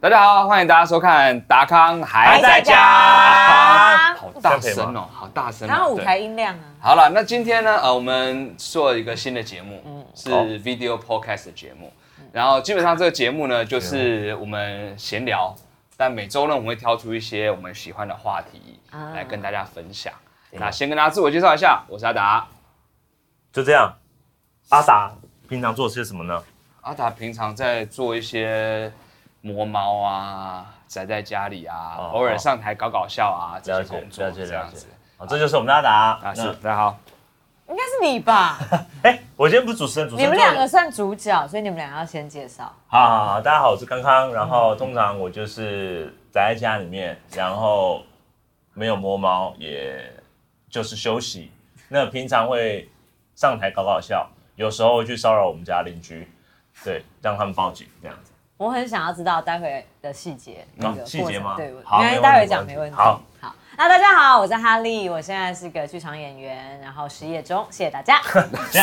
大家好，欢迎大家收看《达康还还在在家》家好大声哦，好大声、哦。然后舞对台音量啊，好了，那今天呢，呃，我们做一个新的节目，是好 video podcast 的节目。然后基本上这个节目呢，就是我们闲聊，但每周呢，我们会挑出一些我们喜欢的话题啊来跟大家分享。那先跟大家自我介绍一下，我是阿达。就这样，阿达平常做些什么呢？阿达平常在做一些磨猫啊，宅在家里啊，哦偶尔上台搞搞笑啊，这了些解工作了解这样了解子。哦，这就是我们的阿达。啊，是那大家好，应该是你吧？哎，我今天不是主持人，主持你人们做两个算主角，所以你们两个要先介绍。好好好，大家好，我是康康。然后通常我就是宅在家里面，然后没有摸猫，也就是休息。那平常会上台搞搞笑，有时候会去骚扰我们家邻居，对，让他们报警这样子。我很想要知道待会的细节，那个哦细节过程吗对，我好应该没问题待会讲没没问问题题。好，好。那大家好，我是哈利，我现在是个剧场演员，然后失业中，谢谢大家。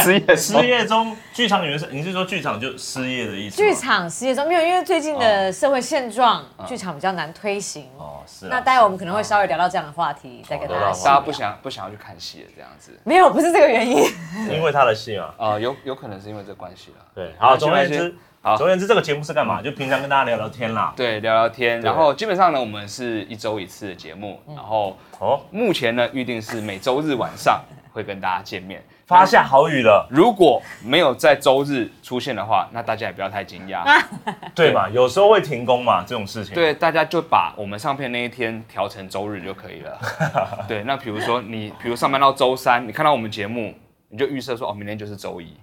失业 失 业中，剧场原是你是说剧场就失业的意思吗？剧场失业中没有，因为最近的社会现状，剧场比较难推行。哦是啊。那待会我们可能会稍微聊到这样的话题，再跟大家聊到细大家聊。不想不想要去看戏了这样子。没有，不是这个原因。 是因为他的戏嘛。啊，有有可能是因为这关系了。对，好，嗯没总而言关系之，好总而言之，这个节目是干嘛？就平常跟大家聊聊天啦。对，聊聊天，然后基本上呢，我们是一周一次的节目，然后哦，目前呢，预定是每周日晚上会跟大家见面。发下好雨了，如果没有在周日出现的话，那大家也不要太惊讶，嗯对嘛？有时候会停工嘛，这种事情。对，大家就把我们上片那一天调成周日就可以了。 对，那比如说你，比如上班到周三，你看到我们节目，你就预设说哦，明天就是周一，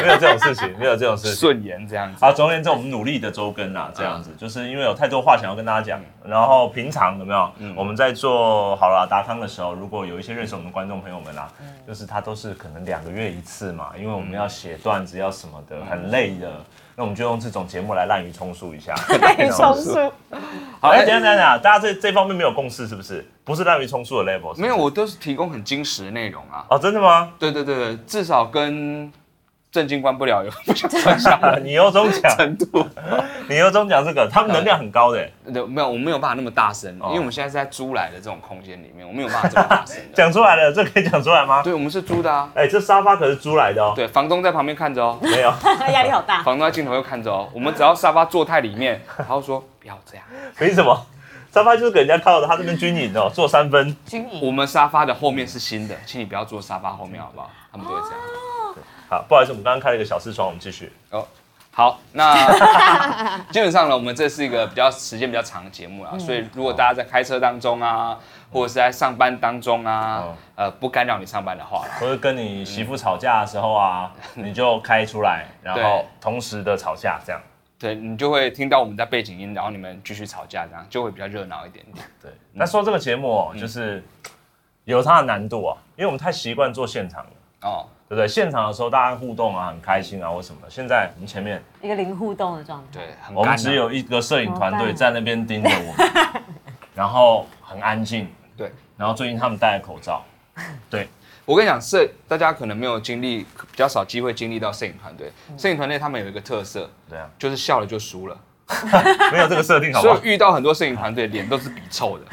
没有这种事 情，没有这种事情。顺延这样子。好，总而言之，我们努力的周更啦，这样子，就是因为有太多话想要跟大家讲。然后平常有没有？我们在做好了达康的时候，如果有一些认识我们的观众朋友们啦，就是他都是可能两个月一次嘛，因为我们要写段子要什么的，很累的。那我们就用这种节目来滥竽充数一下，滥太冲突。好，哎，哎等一下等一下，大家这这方面没有共识是不是？不是滥竽充数的 level，是不是没有，我都是提供很精实的内容啊。哦，真的吗？对对对对，至少跟正经关不了有不相上啊你有中奖， 程度。你有中奖这个，他们能量很高的欸，对，没有，我没有办法那么大声，因为我们现在是在租来的这种空间里面，我没有办法这么大声的。讲出来了，这可以讲出来 吗？对，我们是租的啊。哎，这沙发可是租来的哦，对，房东在旁边看着哦，没 有，压力好大。房东在镜头又看着哦。我们只要沙发坐太里 面，然后说不要这样。凭什么？沙发就是给人家靠的，他这边军营哦，嗯坐三分，军营我们沙发的后面是新的，请你不要坐沙发后面好不好？他们都会这样。好，不好意思，我们刚刚开了一个小视窗，我们继续。哦，好，那基本上呢，我们这是一个比较时间比较长的节目啊，所以如果大家在开车当中啊，或者是在上班当中啊哦，呃，不干扰你上班的话啦，或者跟你媳妇吵架的时候啊，你就开出来，然后嗯对同时的吵架，这样。对你就会听到我们在背景音，然后你们继续吵架，这样就会比较热闹一点点。对，那说这个节目嗯哦，就是有它的难度啊，因为我们太习惯做现场了。哦，对不对？现场的时候大家互动啊，很开心啊，或什么的。现在我们前面，一个零互动的状态。对，很我干们啊只有一个摄影团队怎在那边盯着我们， 然后很安静。对。然后最近他们戴了口罩，对，我跟你讲，摄大家可能没有经历，比较少机会经历到摄影团队。嗯摄影团队他们有一个特色，这样就是笑了就输了。没有这个设定，好不所以好我？遇到很多摄影团队脸都是比臭的，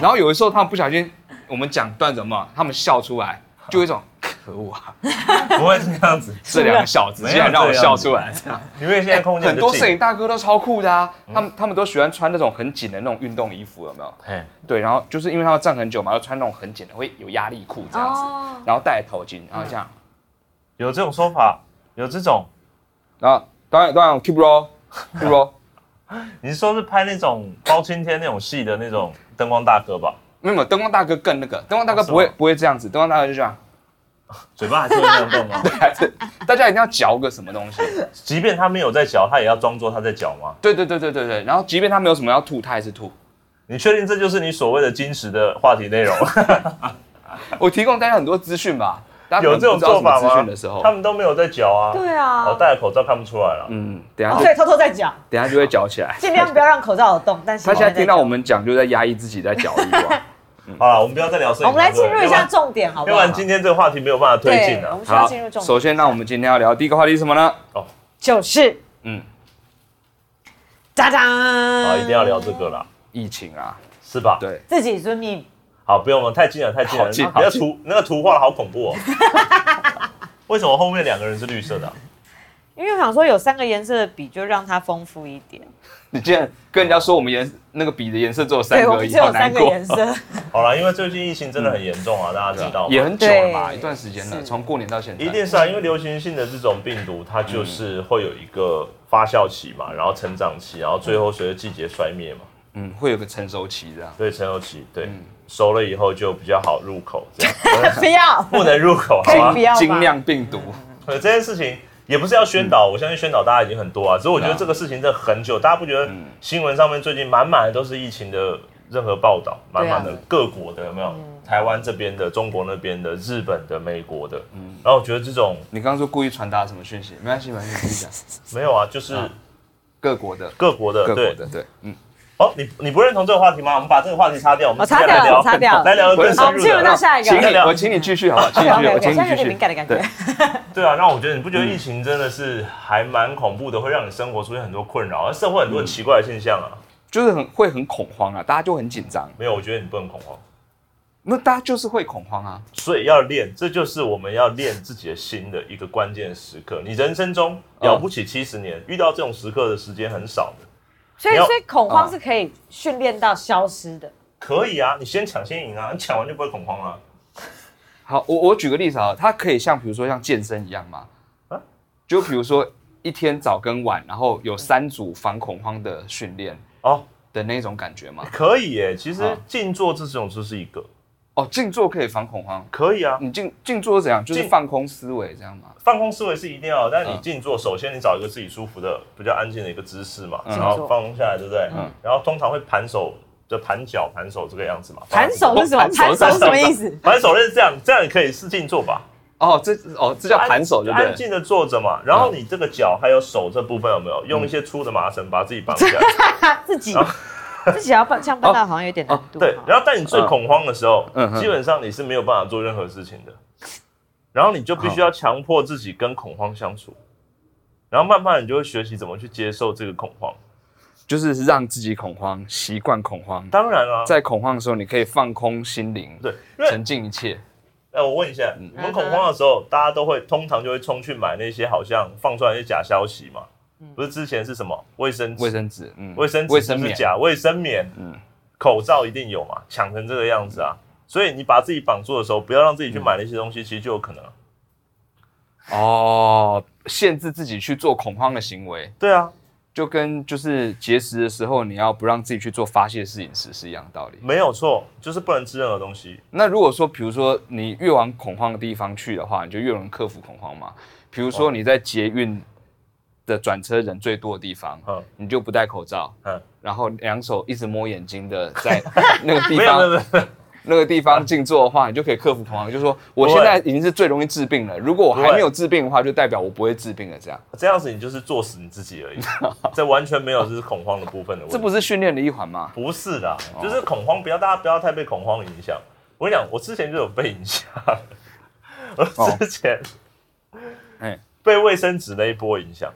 然后有的时候他们不小心，我们讲段子嘛，他们笑出来，就有一种可恶啊， 不会这样子，这两个小子没有竟然让我这样笑子出来。哎因为现在空间很比较多近摄影，大哥都超酷的啊，他嗯们他们都喜欢穿那种很紧的那种运动衣服，有没有？嘿对，然后就是因为他们站很久嘛，要穿那种很紧的，会有压力裤这样子，哦然后戴头巾，然后这样，嗯有这种说法，有这种，然后当然当然 keep roll，keep roll，你是说是拍那种包青天那种戏的那种灯光大哥吧？没有没有灯光大哥更那个，灯光大哥不会哦是吗不会这样子，灯光大哥就这样，嘴巴还是会这样动 吗？还是大家一定要嚼个什么东西。即便他没有在嚼，他也要装作他在嚼吗？对对对对对对，然后即便他没有什么要吐，他还是吐。你确定这就是你所谓的金石的话题内容？我提供大家很多资讯吧，大家有这种做法可能不知道什么资吗讯的时？候他，们都没有在嚼啊。对啊我戴了口罩看不出来了。嗯，等一下哦就、对，偷偷在讲，等一下就会嚼起来。尽量不要让口罩有动。但是他现在听到我们讲，就在压抑自己在啊嚼欲望。好了，我们不要再聊摄影。好我们来进入一要不下然重点，好不要好不？然今天这个话题没有办法推进对我啊。们 需要好进入，重首点，嗯先呢，我们今天要聊第一个话题是什么呢？就是嗯，哒哒，好，嗯一定要聊这个啦，疫情啊，是吧？，对，自己遵命。好，不用了，太近了，太近了，好近那好个近图那个图画的好恐怖哦。为什么后面两个人是绿色的啊、因为我想说有三个颜色的笔，就让它丰富一点。你竟然跟人家说我们颜那个笔的颜色只有三对，个我而们已，只好有难三个过。颜色。好啦，因为最近疫情真的很严重啊，大家知道吗也很久了嘛，对一段时间了，是从过年到现在。一定是啊，因为流行性的这种病毒，它就是会有一个发酵期嘛，然后成长期，然后最后随着季节衰灭嘛，嗯，会有个成熟期这样。对，成熟期，对，嗯熟了以后就比较好入口，这样 不要，不能入口，好可以吗不？要吧精酿病毒，呃，这件事情也不是要宣导，我相信宣导大家已经很多啊，只是我觉得嗯对啊嗯这个事情真的很久，大家不觉得新闻上面最近满满的都是疫情的任何报道，满满的对啊嗯各国的有没有？台湾这边的、中国那边的、日本的、美国的，嗯然后我觉得这种你刚刚说故意传达什么讯息？没关系，没关系，你继续讲。没有啊，就是啊各国的，各国的，各对国的，对，嗯，哦，你你不认同这个话题吗？我们把这个话题擦掉，我们哦直接擦掉来聊擦掉来 聊更好我深们入进入的。到下一个请。聊你，我请你继续好不好？请你继 OK 续， OK，我我请你现在有继点续敏。感的感觉对。对啊，那我觉得你不觉得疫情真的是还蛮恐怖的，会让你生活出现很多困扰，而社会很多奇怪的现象啊。就是很会很恐慌啊，大家就很紧张，没有，我觉得你不能恐慌，那大家就是会恐慌啊。所以要练，这就是我们要练自己的心的一个关键时刻。你人生中嗯了不起七十年，遇到这种时刻的时间很少的。所以，你要所以恐啊慌是可以训练到消失的。可以啊，你先抢先赢啊，你抢完就不会恐慌了、好，我我举个例子啊，它可以像比如说像健身一样吗？啊就比如说一天早跟晚，然后有三组防恐慌的训练哦，的那种感觉吗？可以耶，其实好静坐这种就是一个哦，静坐可以防恐慌，可以啊，你静静坐是怎样？就是静放空思维这样吗？放空思维是一定要的，但你嗯静坐，首先你找一个自己舒服的、比较安静的一个姿势嘛，嗯然后静坐放空下来，对不对？嗯然后通常会盘手，就盘脚、盘手这个样子嘛。弹手是什么？哦弹手弹手是是什么意思？ 盘手类似这样，这样也可以是静坐吧？哦，这哦这叫安盘手，对不安对？静的坐着嘛。然后你这个脚还有手这部分有没有用一些粗的麻绳把自己绑起来？嗯他自哦己自己要办，这样办到好像有点难度。对哈。然后当你最恐慌的时候嗯，嗯基本上你是没有办法做任何事情的。然后你就必须要强迫自己跟恐慌相处，然后慢慢你就会学习怎么去接受这个恐慌。就是让自己恐慌，习惯恐慌。当然啊啦、在恐慌的时候，你可以放空心灵，对， 因为沉浸一切。哎、我问一下，嗯你们恐慌的时候，大家都会通常就会冲去买那些好像放出来的假消息嘛？不是之前是什么卫生卫纸、生纸，嗯，卫生卫纸生就是棉，假卫生棉，嗯口罩一定有嘛？抢成这个样子啊！所以你把自己绑住的时候，不要让嗯自己去买那些东西，其实就有可能啊。哦，限制自己去做恐慌的行为，对啊，就跟就是节食的时候，你要不让自己去做发泄式饮食是一样的道理。没有错，就是不能吃任何东西。那如果说，比如说你越往恐慌的地方去的话，你就越能克服恐慌嘛。比如哦说你在捷运的转车人最多的地方，嗯你就不戴口罩，嗯，然后两手一直摸眼睛的 在那个地没有没有方没有没有，那个地方静坐的话，你就可以克服恐慌。就说我现在已经是最容易治病了，如果我还没有治病的话，就代表我不会治病了。这样，这样子你就是作死你自 己而已，这完全没有就是恐慌的部分的问题。这不是训练的一环吗？不是的，就是恐慌，不要大家不要太被恐慌影响。我跟你讲，我之前就有被影响，我之前哎，被卫生纸那一波影响。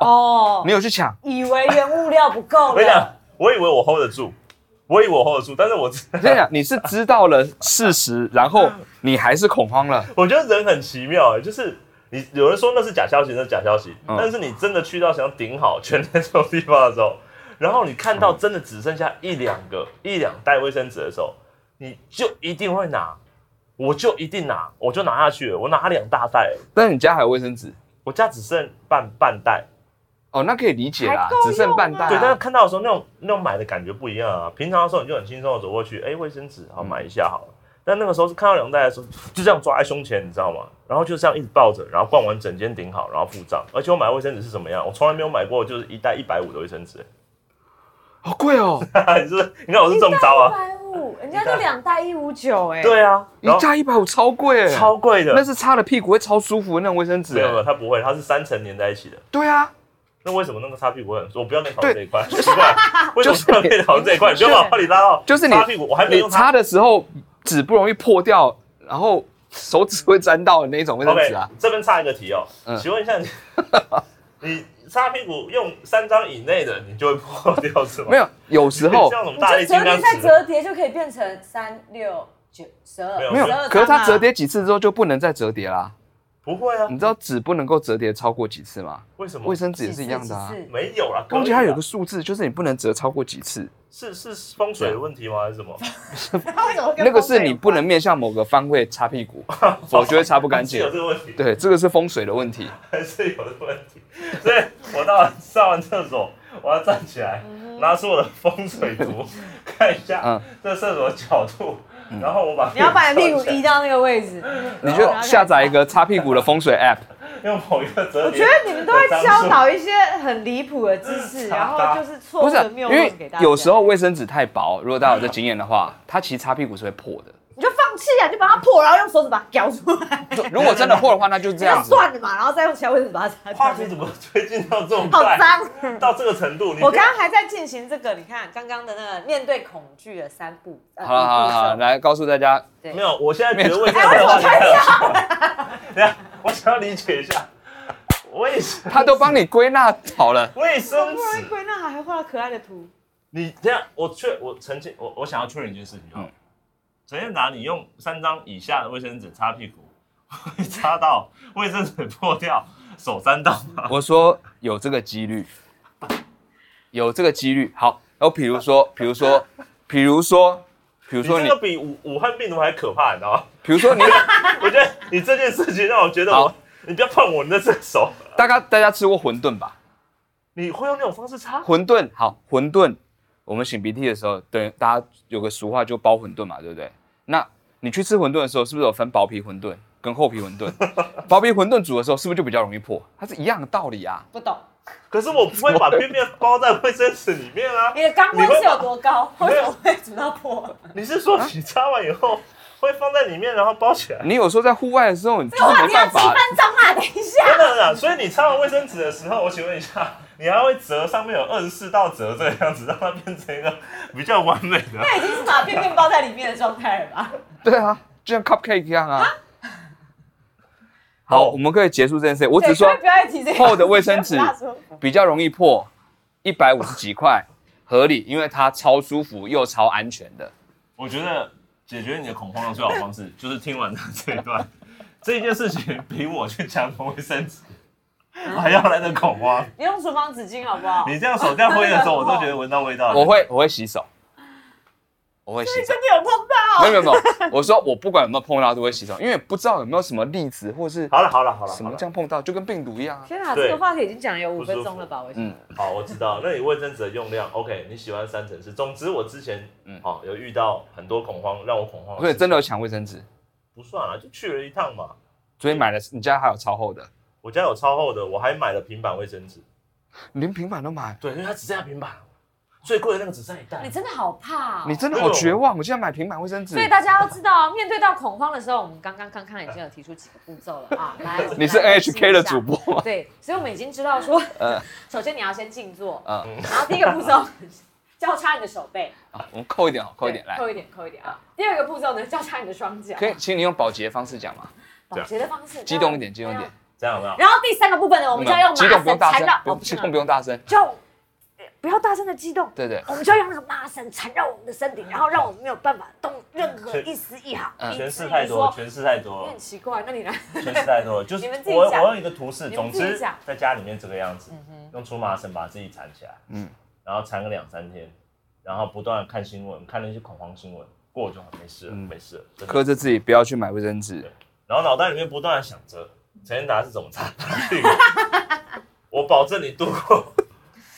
哦你，有去抢？以为原物料不够啊我跟你讲了，，我以为我 hold 得住，我以为我 hold 得住，但是我我跟你讲，你是知道了事实，然后你还是恐慌了。 我觉得人很奇妙、哎，就是你有人说那是假消息，那是假消息，嗯但是你真的去到想顶好全天这种地方的时候，然后你看到真的只剩下一两个、一两袋卫生纸的时候，你就一定会拿，我就一定拿，我就拿下去了，我拿两大袋了，但是你家还有卫生纸我家只剩半半袋。哦，那可以理解啦还，够只剩半袋啊。对，但是看到的时候那种那种买的感觉不一样啊。平常的时候你就很轻松的走过去，哎、卫生纸好买一下好嗯了。但那个时候是看到两袋的时候，就这样抓在胸前，你知道吗？然后就这样一直抱着，然后逛完整间顶好，然后付账。而且我买卫生纸是什么样？我从来没有买过，就是一袋一百五的卫生纸。 好贵哦，你是不是你看我 是中招啊？一袋150人家都两袋一五九哎，对啊，一 然后加一百五超贵哎，超贵的。那是擦了屁股会超舒服的那种卫生纸没有没有，哎。它不会，它是三层粘在一起的。对啊，那为什么那个擦屁股会很？我不要跟你讨论这对一块，奇怪，为什么不要跟你讨论这 一块？你不要把话题拉到就是你擦屁股，我还没你用它擦的时候纸不容易破掉，然后手指会沾到的那种卫生 OK，纸啊。 这边插一个题哦，嗯请问一下你，你擦屁股用三张以内的，你就会破掉是吗？没有，有时 候像什么你大就力折金叠刚再尺，折叠就可以变成三六九十二，没有没有十二，可是它张啊折叠几次之后就不能再折叠啦。不会啊你？知道纸不能够折叠超过几次吗？为嗯什么？卫生纸也几是次一样的啊几。次没有啦，而可以且啦它有个数字，就是你不能折超过几次，是是风水的问题吗？还是什么？啊他为什么跟那个风是水有你不关能面向某个方位擦 屁股，否则会擦不干是净有。这个问题，对，这个是风水的问题。还是有这个问题。所以我到了上完厕所，我要站起来，嗯拿出我的风水 图看一下嗯这厕所的角度，然后我把你要把你屁股翘起移到那个位置，你就下载一个擦屁股的风水 app，来用某一个折我叠。觉得你们都会教导一些很离谱的知识，然 后就是错误不是的啊，谬因论为给大家。有时候卫生纸太薄，如果大家有这经验的话，它其实擦屁股是会破的。你就放弃啊，你就把它破，然后用手指把它咬出来，就如果真的破的话，那 就是这就样 子。算了嘛，然后再用其他位置把它擦掉。话题怎么推进到这么好快，脏！到这个程度？你 我刚刚还在进行这个，你看刚刚的那个面对恐惧的三步，呃好了好了好了，五步骤来告诉大家，没有，我现在觉得为什么哎为什么开笑？等一下，我想要理解一下，为什他都帮你归纳好了。卫生不容易纸？归纳，还画了可爱的图。你等一下，我确我澄清，我我想要确认一件事情哦嗯。陈建达，你用三张以下的卫生纸擦屁股， 会擦到卫生纸破掉，手沾到吗？我说有这个几率，有这个几率。好，然后比如说，比如说，比如说，比如你说这你个，比武武汉病毒还可怕，你知道吗？ 比如说你，我觉得你这件事情让我觉得我好，你不要碰我，你的这个手，大家大家吃过馄饨吧？你会用那种方式擦？馄饨好，馄饨，我们擤鼻涕的时候，对，大家有个俗话就包馄饨嘛，对不对？那你去吃馄饨的时候，是不是有分薄皮馄饨跟厚皮馄饨？薄皮馄饨煮的时候，是不是就比较容易破？它是一样的道理啊。不懂，可是我不会把便便包在卫生纸里面 啊。你的肛你温会是有多高？ 没为有什么会煮到破？你是说你擦完以后 会放在里面，然后包起来？ 你有时候在户外的时候，你就是哇，没你要办几法分。钟啊？等一下，真的啊！所以你擦完卫生纸的时候，我请问一下，你还会折上面有二十四道折这个样子，让它变成一个比较完美的。那已经是把便便包在里面的状态了 吧？对啊，就像 cupcake 一样啊。好，我们可以结束这件事。我只是说对不要提这个厚的卫生纸大叔，比较容易破，一百五十几块合理，因为它超舒服又超安全的。 我觉得解决你的恐慌的最好方式就是听完他这一段， 这件事情比我去抢卫生 纸还要来的恐慌。 你用厨房纸巾好不好？你这样手这样挥的时候，我都觉得闻到味道了。我会我会洗手，我哎会洗手真。的有碰到？没有没有没有，我说我不管有没有碰到都会洗手，因为不知道有没有什么粒子或是好了好了好了，什么好了这样碰到，就跟病毒一样啊。天哪，对这个话题已经讲有五分不舒钟服了吧？我觉得嗯好，我知道。那你卫生纸的用量，OK？你喜欢三层式。总之，我之前嗯嗯，好、有遇到很多恐慌，让我恐慌的事情。所以真的有抢卫生纸，不算啊，就去了一趟嘛。所以买了，你家还有超厚的，我家有超厚的，我还买了平板卫生纸。你连平板都买，对，因为它只剩下平板，最贵的那个只剩一袋你。真的好怕哦你真的好绝望！我竟然买平板卫生纸所。以大家要知道，面对到恐慌的时候，我们刚刚康康已经有提出几个步骤 了啊。来，我们你是来分析一下 NHK 的主播吗？对，所以我们已经知道说，呃 首先你要先静坐，啊，然后第一个步骤交叉你的手背，好啊我们扣一点，哦好，扣一点对来。扣一点，扣一点啊。第二个步骤呢，交叉你的双脚，可以，请你用保洁方式讲嘛，保洁的方式，啊激动一点，激动一点。。这样有没有？然后第三个部分呢，我们就要用激动不用麻大绳声缠绕，，哦不用激动不用大声，就呃不要大声的激动，对对。我们就要用那个麻绳缠绕我们的身体，然后让我们没有办法动任何全一丝一毫。嗯诠以至释于太多，说诠释太有多点，奇怪，那你来，诠释太多了。就是你们自己我讲我用一个图示，你总们自己之讲嗯在家里面这个样子，用粗麻绳把自己缠起来，嗯嗯，然后缠个两三天，然后不断的看新闻，看那些恐慌新闻，过了就好，没事了，嗯没事了，真的克制自己不要去买卫生纸对，然后脑袋里面不断的想着陈建达是怎么擦他屁股， 我保证你度过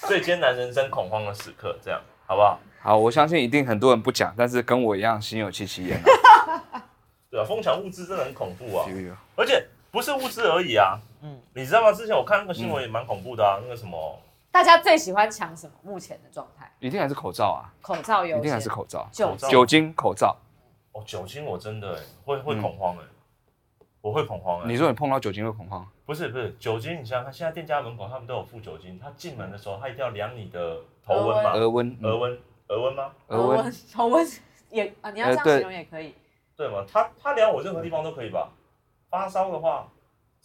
最艰难人生恐慌的时刻，这样好不好？好，我相信一定很多人不讲，但是跟我一样心有戚戚焉啊。 对啊，疯抢物资真的很恐怖啊，有有而且不是物资而已啊，嗯，你知道吗？之前我看那个新闻也蛮恐怖的啊，那个什么，大家最喜欢抢什么？目前的状态，一定还是口罩啊，口罩优一定还先是，口罩，酒口罩精，酒精、口罩。哦，酒精我真的、欸、会会恐慌哎、我会恐慌哎、你说你碰到酒精会恐慌，不是不是酒精，你想想看，现在店家门口他们都有附酒精，他进门的时候他一定要量你的头温啊嘛，额温，额嗯温额温吗？额呃温，， 头温哦也啊，你要这呃样对形容也可以。对吗？他他量我任何地方都可以吧？发烧的话，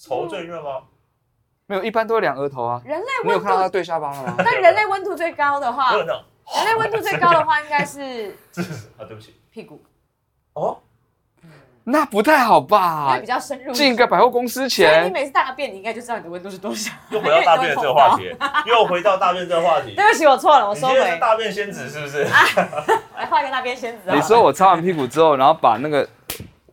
头最热吗？没有，一般都是两额头啊。人类你有温看到他度，对下巴了吗？但人类温度最高的话，热人闹，类温度最高的话应该是这是啊，对不 起，屁股，哦， 那不太好因吧为比？较深入。啊进个百货公司所以你前，每次大便，你应该就知道你的温度是多少。又回到大便的这个话题，又回到大便这个话题。对不起，我错了，我你收今天是回。啊大便仙子是不是？来画一个大边仙子啊！你说我擦完屁股之后，然后把那个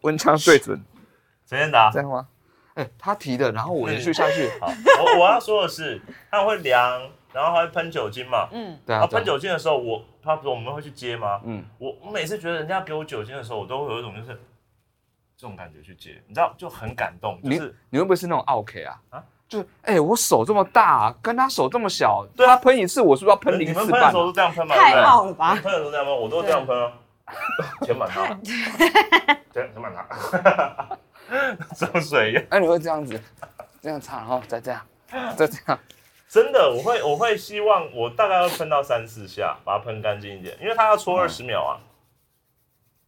温枪对准， 陈建达这，样吗？啊哎，他提的，然后我延续下去。哎好，我我要说的是，他会量，然后还会喷酒精嘛。嗯，对啊，啊，喷对啊酒精的时候，我他不是我们会去接吗？嗯，我我每次觉得人家给我酒精的时候，我都会有一种就是这种感觉去接，你知道，就很感动，就你是你会不会是那种 OK 啊啊？就是哎、我手这么大，跟他手这么小，对啊他喷一次，我是不是要喷你零们次喷的半啊时、候都这样喷吗？对不太对傲了吧你？喷的时候这样喷，我都这样喷啊，填满它，填填满它， 装水一样。哎、你会这样子，这样擦，然后再这样，啊再这样，真的，我会我会希望我大概会喷到三四下，把它喷干净一点，因为它要搓二十秒啊。 嗯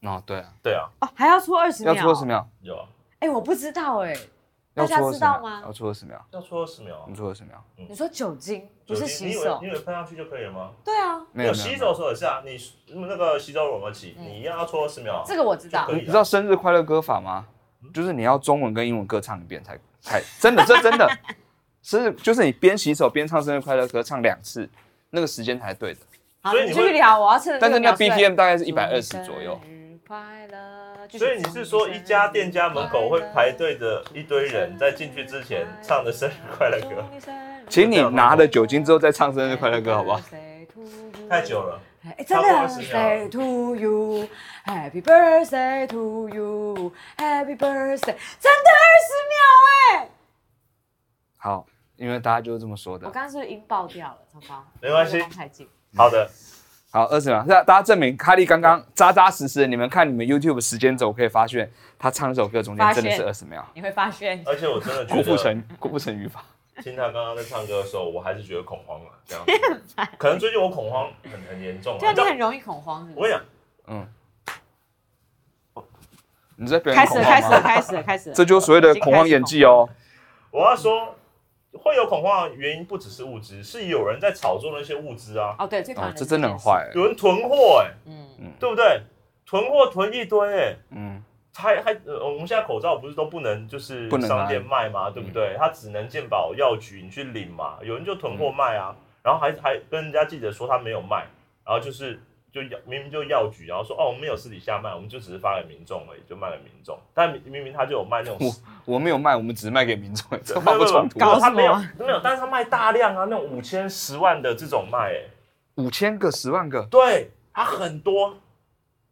哦，对啊，对啊，哦，还要搓二十秒？要搓十？秒，有啊，哎，我不知道哎。要大家搓知十道秒吗，要搓十秒，要搓二十秒啊你。搓十秒，你说酒精不是洗你以为手你？以为喷上去就可以了吗？对啊，没有没有洗没有嗯手手也是啊，你那个洗手乳么洗，你一样要搓二十秒啊。嗯这个我知道就可。以你知道生日快乐歌法吗？就是你要中文跟英文各唱一遍才 才真的，这真的生日就是你边洗手边唱生日快乐歌，唱两次，那个时间才对的。好，所以你你继会续聊，我要趁着这 但个是那秒数来 BPM 大概是一百二十左右。生日快乐。继续所以你是说一家店家门口会排队的一堆人在进去之前唱的生日快乐歌？祝你生日请你拿了酒精之后再唱生日快乐歌，好不好？ Say to you 太久了，哎，真差不多的是这样，Say to you, Happy birthday to you, Happy birthday，真的二十秒哎！好，因为大家就是这么说我的。刚刚是不是音爆掉了，超超？没关系因为我刚太近。好的，好，二十秒，那大家证明卡莉刚刚扎扎实实。你们看你们 YouTube 时间轴，可以发现他唱那首歌中间真的是发二十秒。你会发现，而且我真的觉郭富得城，郭富城语法。听他刚刚在唱歌的时候，我还是觉得恐慌了，这样子。可能最近我恐慌很很严重啊。对啊，你很容易恐慌是我不跟是？你讲，嗯，你在表开演始恐了，慌开始了，吗？开始了，开始了。这就是所谓的恐慌演技哦。我要说会有恐慌的原因不只是物资，是有人在炒作那些物资啊，哦，对，最讨哦厌，这真的很坏。坏欸。有人囤货哎、嗯，对不对？囤货囤一堆哎、嗯，还还、呃我们现在口罩不是都不能就是不能嗯拿商店卖吗？对不对？它只能健保药局你去领嘛，有人就囤嗯货卖啊，然后还还跟人家记者说他没有卖，然后就是就药明明就药局，然后说哦我们没有私底下卖，我们就只是发给民众而已，就卖给民众，但明明明他就有卖那种我我没有卖，我们只是卖给民众， 这没话有不冲突没。有搞他什没有么啊没有，但是他卖大量啊，那种五千、十万的这种卖、哎，五千个、十万个，对，他很多，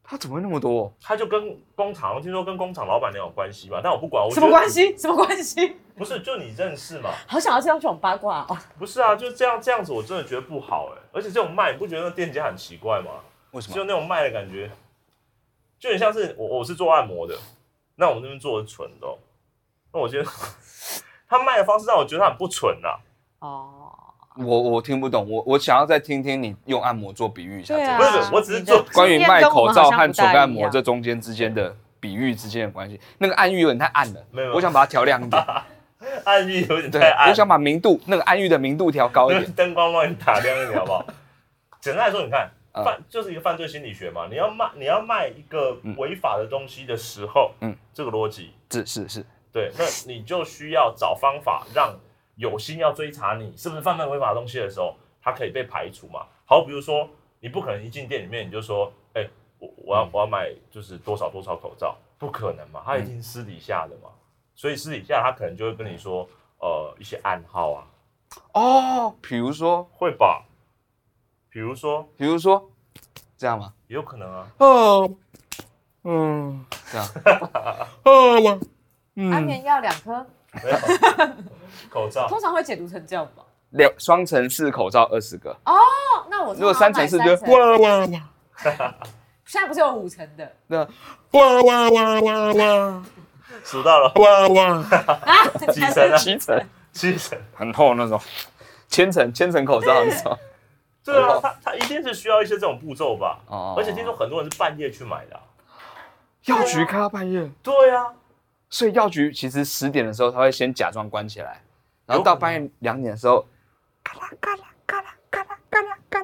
他怎么会那么多？他就跟工厂，听说跟工厂老板娘有关系吧，但我不管，我什么关系？系？ 什么关系？不是，就你认识嘛？好想要知道这种八卦哦。不是啊，就这样这样子，我真的觉得不好哎、而且这种卖，你不觉得那店家很奇怪吗？为什就么？那种卖的感觉，就很像是我我是做按摩的，那我们那边做的纯的哦、那我觉得 他卖的方式让我觉得他很不纯啊。哦，我我听不懂，我我想要再听听你用按摩做比喻一下。对啊，不是我只是做你的关于经验卖跟我口们罩好像和不纯大按一摩样这中间之间的比喻之间的关系，那个暗喻有点太暗了没有，我想把它调亮一 点。暗喻有点对太，暗，我想把明度那个暗喻的明度调高一那个点。 灯光帮你打亮一点 好不好？简单来说，你看啊犯就是一个犯罪心理学嘛。你要卖你要卖一个违法的东西的时候，嗯嗯，这个逻辑是是是，对，那你就需要找方法让有心要追查你是不是贩卖违法的东西的时候，它可以被排除嘛。好，比如说你不可能一进店里面你就说，哎、我我要我要买就是多少多少口罩，不可能嘛，他一定私底下的嘛，所以私底下他可能就会跟你说，呃，一些暗号啊，哦，比如说，会吧，比如说比如说，这样吗？也有可能啊，哦，嗯，这样，哦，我，安眠药两颗，没有口罩通常会解读成这样吧？两双层式口罩二十个， 哦，那我如果三层式就就哇哇哇，现在不是有五层的那哇哇哇哇哇数到了 哇哇，啊？几层 啊？七层，七层。很厚那种，千层千层口罩很少。 对啊，他他一定是需要一些这种步骤吧。哦而且听说很多人是半夜去买的啊、药局开到半夜，对啊，所以药局其实十点的时候，他会先假装关起来，然后到半夜两点的时候，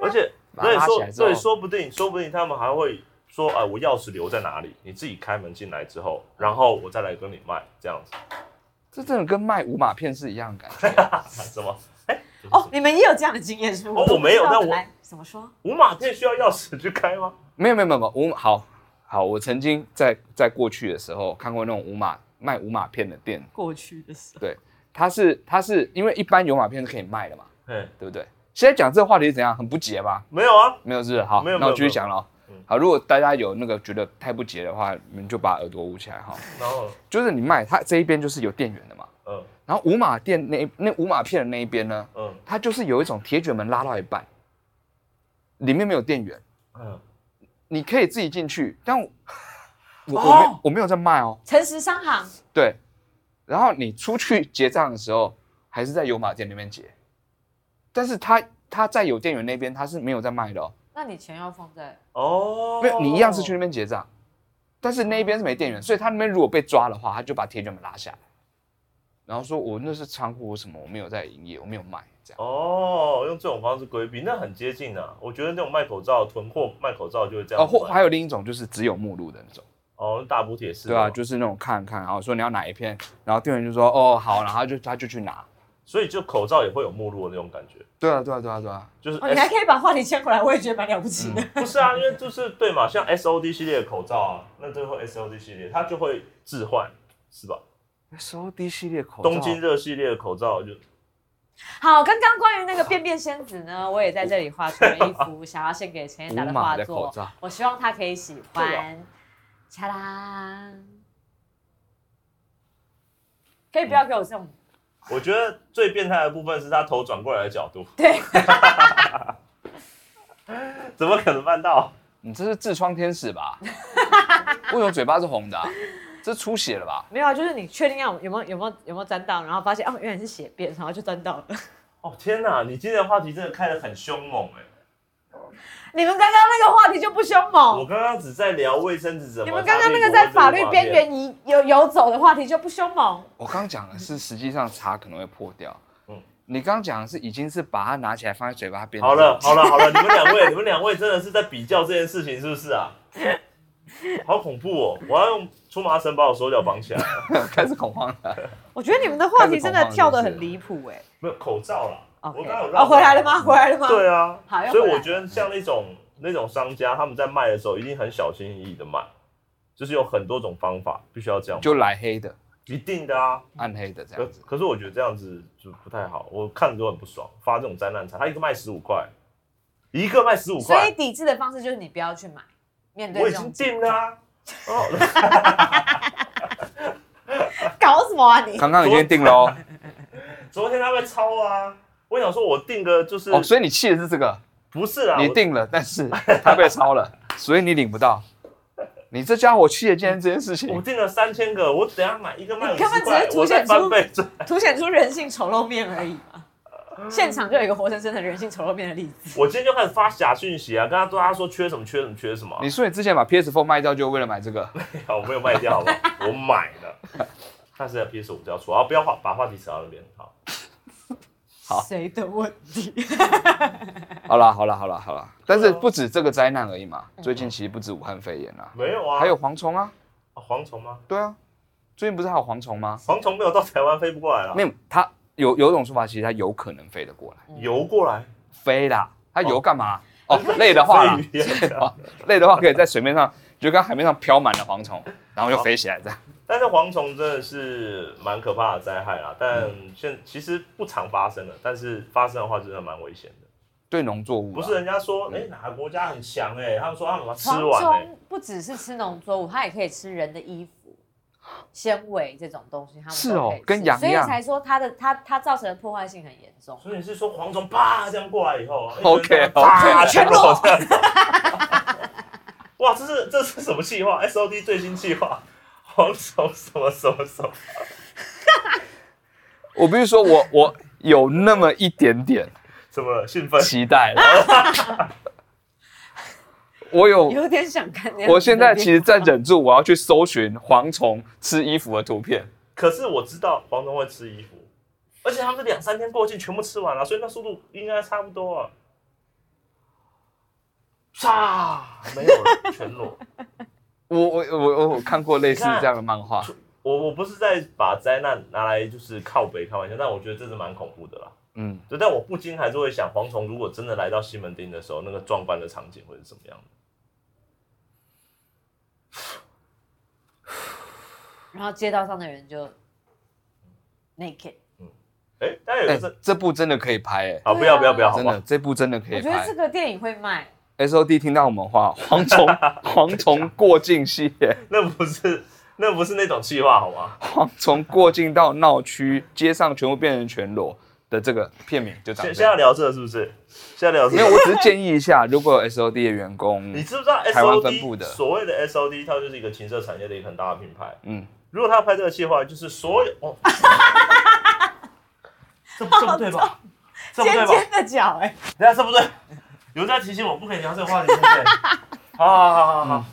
而且啊把它那你拉起说来，之后对，说不定，说不定他们还会说，哎，我钥匙留在哪里？你自己开门进来之后，然后我再来跟你卖，这样子，这真的跟卖五马片是一样的感觉。 什么？哎，哦，你们也有这样的经验是不是？哦我没有不知道但我来怎么说？五马店需要钥匙去开吗？没有没有没有，没有五好好，我曾经在在过去的时候看过那种五马卖五马片的店，过去的时候，对，它是它是因为一般有马片是可以卖的嘛，哎，对不对？现在讲这个话题怎样，很不解吧？没有啊，没有是不是好，没有那我没有继续讲了哦没有嗯。好，如果大家有那个觉得太不解的话，你们就把耳朵捂起来哈。然后，就是你卖它这一边就是有店员的嘛，嗯然后五马店那那五马片的那一边呢，嗯它就是有一种铁卷门拉到一半，里面没有店员，嗯，你可以自己进去，但我我、我哦没我没有在卖哦，诚实商行，对，然后你出去结账的时候还是在有马店那边结，但是他他在有店员那边他是没有在卖的哦，那你钱要放在哦，没有你一样是去那边结账，但是那边是没店员，所以他那边如果被抓的话，他就把铁卷门拉下来，然后说我那是仓库，我什么我没有在营业，我没有卖这样。哦，用这种方式规避，那很接近啊。我觉得那种卖口罩、囤货卖口罩就会这样哦，子卖。或还有另一种就是只有目录的那种，哦，大补贴是对吧啊，就是那种看看，然后说你要哪一篇，然后店员就说哦好，然后他就他就去拿。所以就口罩也会有目录的那种感觉，对啊，对啊，对啊，对啊，就是哦，你还可以把话题牵回来，我也觉得蛮了不起的。 不是啊，因为就是对嘛，像 S O D 系列的口罩啊，那最后 S O D 系列它就会置换，是吧？ S O D 系列口罩，东京热系列的口罩就好，刚刚关于那个便便仙子 呢，我也在这里画出了一幅想要献给陈彦达的画无码的口作罩，我希望他可以喜对啊欢。恰啦，可以不要给我这种我觉得最变态的部分是他头转过来的角度， 对，怎么可能办到？你这是痔疮天使吧？为什么嘴巴是红的啊、这是出血了吧？没有啊，就是你确定要有没有有没有有没有沾到，然后发现哦原来是血便，然后就沾到 了。哦天哪，你今天的话题真的开得很凶猛哎、你们刚刚那个话题就不凶我猛，刚刚只在聊卫生纸怎么，你们刚刚那个在法律边缘游游游走的话题就不凶猛。我刚讲的是，实际上茶可能会破掉。嗯你刚讲的是已经是把它拿起来放在嘴巴边。好了， 好了好了，你们两位，你们两位真的是在比较这件事情是不是啊？ 好恐怖哦！我要用粗麻绳把我手脚绑起来。开始恐慌了。我觉得你们的话题真的跳得很离谱哎。没有口罩啦。 OK，我刚刚有哦，绕嗯回来了？吗？回来了 吗？对啊好又，所以回来我觉得像那种那种商家，他们在卖的时候一定很小心翼翼的卖，就是有很多种方法，必须要这样，就来黑的、一定的啊。暗黑的这可样子。可是我觉得这样子就不太好，我看着都很不爽。发这种灾难餐，他一个卖十五块，一个卖十五所以块，抵制的方式就是你不要去买，面对我这已种经定了、啊。哦， 搞什么啊你？刚刚已经定了哦，昨天他被抄啊，我想说我定个就是、哦，所以你气的是这个，不是啊，你我定了，但是它被抄 了，所以你领不到。你这家伙气的竟然这件事我情，定了三千个，我等一下买一个卖五你十根本只是块，凸我再显翻出倍 赚。凸显出人性丑陋 面而已嘛。现场就有一个活生生的人性丑陋面的例子。我今天就开始发假讯息啊，跟他说他说缺什么缺什么缺什么啊，你说你之前把 PS4 卖掉就为了买这个，好，我没有卖掉，好不好？我买的，但是 PS 五就要出，啊，不要话把话题扯到那边，好，好谁的问题？好啦好啦好啦好啦，但嗯是不止这个灾难而已嘛，最近其实不止武汉肺炎啦，没嗯有啊，还有蝗虫啊，啊蝗虫吗？对啊，最近不是还有蝗虫吗？蝗虫没有到台湾飞不过来了没，有，它有有一种说法，其实它有可能飞得过来，游过来，飞啦，它游干嘛？哦，累的话啦 飞，鱼累的话，累的话可以在水面上，就跟海面上飘满了蝗虫，然后就飞起来这样。但是蝗虫真的是蛮可怕的灾害啦，但嗯现其实不常发生了，但是发生的话真的蛮危险的。对农作物啦不是人家说，哎、哪个国家很强哎、他们说他们把它吃蝗完哎、虫不只是吃农作物，它也可以吃人的衣服、纤维这种东西，它们是都哦可以吃跟羊一所以样才说它的它它造成的破坏性很严 重。所以你是说蝗虫啪这样过来以后啊 OK，啪 OK 全裸这样子。哇，这是这是什么计划？S O D 最新计划， 蝗虫什么什么什么？我必须说我我有那么一点点怎么了？兴奋？期待了，我有有点想看那样子的我现在其实在忍住，我要去搜寻蝗虫吃衣服的图片。可是我知道蝗虫会吃衣服，而且他们两三天过境全部吃完了，所以那速度应该差不多啊。唰，没有了，全裸。我我我我我看过类似这样的漫画，我我不是在把灾难拿来就是靠北开玩笑，但我觉得这是蛮恐怖的啦。嗯，对，但我不禁还是会想，蝗虫如果真的来到西门町的时候，那个壮观的场景会是什么样的？然后街道上的人就 naked。哎，大家有哎、个这这部真的可以拍、哎、啊，不要不要不要，好真不的好？这部真的可我以觉得拍这。个电影会卖， S O D 听到我们话，蝗虫蝗虫过境系列， 那不是那不是那种气话好吗？蝗虫过境到闹区，街上全部变成全裸的这个片名就长现这现在样。聊这个是不是？现在聊这没个有，我只是建议一下，如果有 S O D 的员工，你知不知道台湾分部 SOD 的所谓的 SOD，它就是一个情色产业的一个很大的品牌。嗯，如果他拍这个计划，就是所有 哦，这这不对吧？这不对尖吧？尖的脚欸哎、等一下这不对，有人在提醒我不可以聊这个话题，对不 对？好好好好好，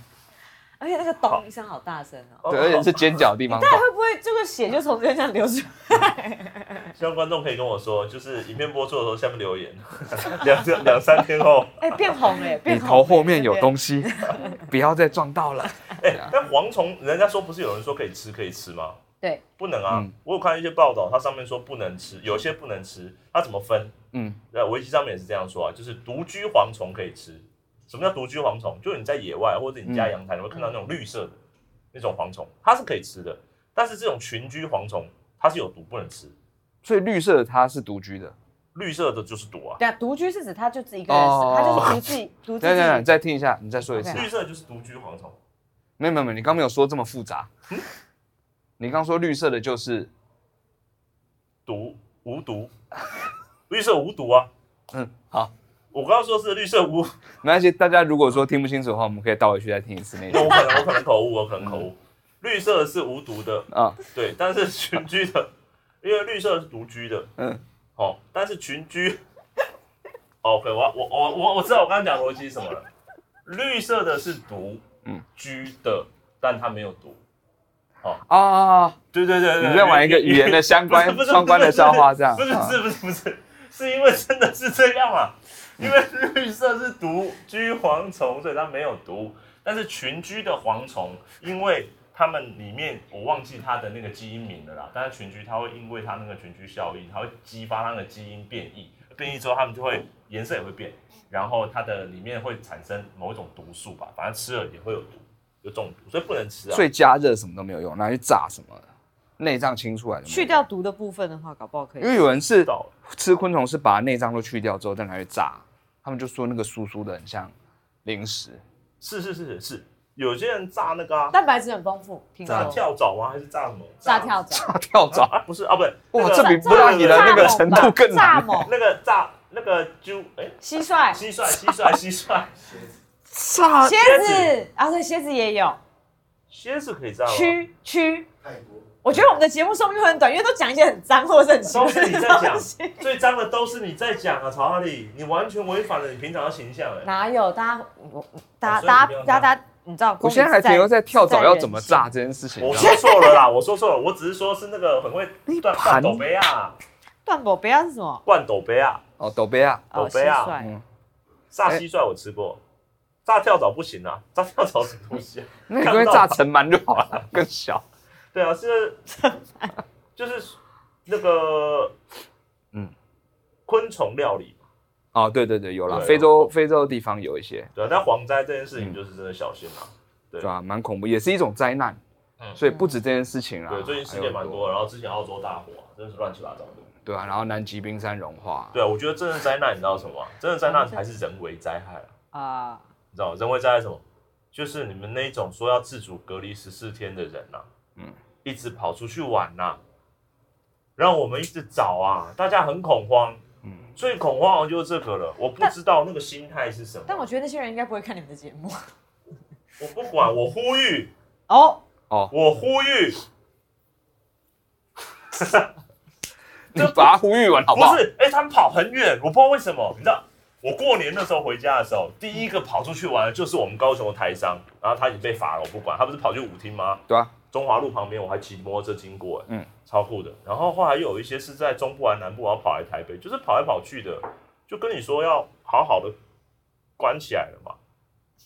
而且那个咚一声好大声哦、嗯对，而且是尖角的地方。那会不会这个血就从这边这样流出来？希望观众可以跟我说，就是影片播出的时候下面留言， 两两两三天后。哎、变红了耶、变你红头了后面有东西，不要再撞到了。哎、但蝗虫，人家说不是有人说可以吃可以吃吗？对，不能啊！嗯我有看一些报道，它上面说不能吃，有些不能吃，它怎么分？嗯，那维基上面也是这样说啊，就是独居蝗虫可以吃。什么叫独居蝗虫？就是你在野外或者你家阳台，你会看到那种绿色的那种蝗虫，它是可以吃的。但是这种群居蝗虫，它是有毒不能吃。所以绿色的它是独居的。绿色的就是毒啊，对啊，独居是指他就自己一个人死，哦他就是独自独自等等等，自你己。再听一下，你再说一次 OK。绿色就是独居蝗虫。没有没有没有，你刚没有说这么复杂。你刚说绿色的就是，毒无毒，绿色无毒啊！嗯，好，我刚刚说是绿色无，没关系。大家如果说听不清楚的话，我们可以倒回去再听一次那一那集 我可能我可能口误，我可能口误。绿色是无毒的，啊。对，但是群居的，因为绿色是独居的，嗯，哦，但是群居，OK，我要我我我我知道我刚刚讲的逻辑是什么了。绿色的是独，嗯居的，但它没有毒。啊，对对对对，你在玩一个语言的相关 不是不是双关的笑话，这样不是啊不是不是不是，是因为真的是这样嘛？因为绿色是独居蝗虫，所以它没有毒。但是群居的蝗虫，因为它们里面我忘记它的那个基因名了啦，但是群居它会因为它那个群居效应，它会激发它的基因变异，变异之后它们就会颜色也会变，然后它的里面会产生某一种毒素吧，反正吃了也会有毒，有中毒，所以不能吃啊。所以加热什么都没有用，拿去炸什么的，内脏清出来就没有去，掉毒的部分的话，搞不好可以因。为有人是到了吃昆虫是把内脏都去掉之后再拿去炸，他们就说那个酥酥的很像零食， 是是是是是，有些人炸那个啊。蛋白质很丰富，听炸说跳蚤吗？还是炸什么？炸跳蚤，炸跳 蚤。啊？不是啊，不对，哇那个这比布拉那提的那个程度更炸难。欸猛，那个炸那个就哎，蟋蟀、蟋蟀蟋蟀蟋蟀，炸蝎蝎子啊，对，蝎子也有蝎子可以炸吗？蛆蛆。我觉得我们的节目寿命会很短，因为都讲一些很脏或者很奇都怪是你在的东 讲西。，最脏的都是你在讲啊，曹哈利，你完全违反了你平常的形象哎。哪有？大家，我大哦所以家你不要，大家，大家，你知道？我现在还停留在跳蚤要怎么在人炸性？这件事情啊我上。说错了啦，我说错了，我只是说是那个很会断盘断斗杯啊，断狗不要是什么？灌斗杯啊，哦，斗杯啊，哦，狗蟋杯啊蟀。嗯，炸蟋蟀我吃过，炸跳蚤不行啊，炸跳蚤什么东西啊？那你干脆炸尘螨就好了，更小。对啊，是，就是那个，嗯，昆虫料理嘛，哦，对对对，有了，对非洲非洲的地方有一些，对啊，但蝗灾这件事情就是真的小心啊。对对吧？蛮恐怖，也是一种灾难嗯。所以不止这件事情啦，啊对，最近事还件有蛮多的，然后之前澳洲大火啊、真的是乱七八糟的。对啊，然后南极冰山融化，对啊，我觉得真的灾难，你知道什么吗？真的灾难才是人为灾害啊，啊，你知道吗？人为灾害是什么？就是你们那一种说要自主隔离十四天的人呐、啊，嗯一直跑出去玩呐、让我们一直找啊，大家很恐慌。嗯最恐慌的就是这个了，我不知道那个心态是什么。但我觉得那些人应该不会看你们的节目。我不管，我呼吁，哦，我呼吁， 你把它呼吁完好不好？不是，哎、他们跑很远，我不知道为什么。你知道，我过年的时候回家的时候，第一个跑出去玩的就是我们高雄的台商，然后他已经被罚了，我不管，他不是跑去舞厅吗？对啊，中华路旁边，我还骑摩托车经过，哎，嗯嗯，超酷的。然后后来又有一些是在中部还南部，然后跑来台北，就是跑来跑去的，就跟你说要好好的关起来了嘛，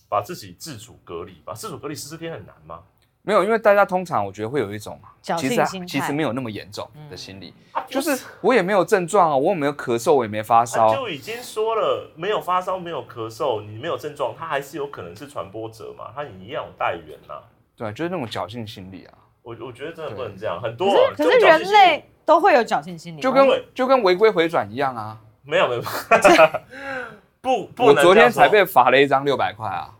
把自己自主隔离吧。自主隔离十四天很难吗？没有，因为大家通常我觉得会有一种侥其幸实啊心态嗯其实没有那么严重的心理，啊就是我也没有症状啊，我也没有咳嗽，我也没发他烧，啊就已经说了，没有发烧，没有咳嗽，你没有症状，他还是有可能是传播者嘛，他一样有带源呐、对，就是那种侥幸心理啊，我我我觉得真的不对能这样，很可多是啊、可是这种人侥幸心理类都会有侥幸心理吗，哦就跟对就跟违规回转一样啊。没有没有， 不不我能昨这天样说才被罚了一张六百块啊，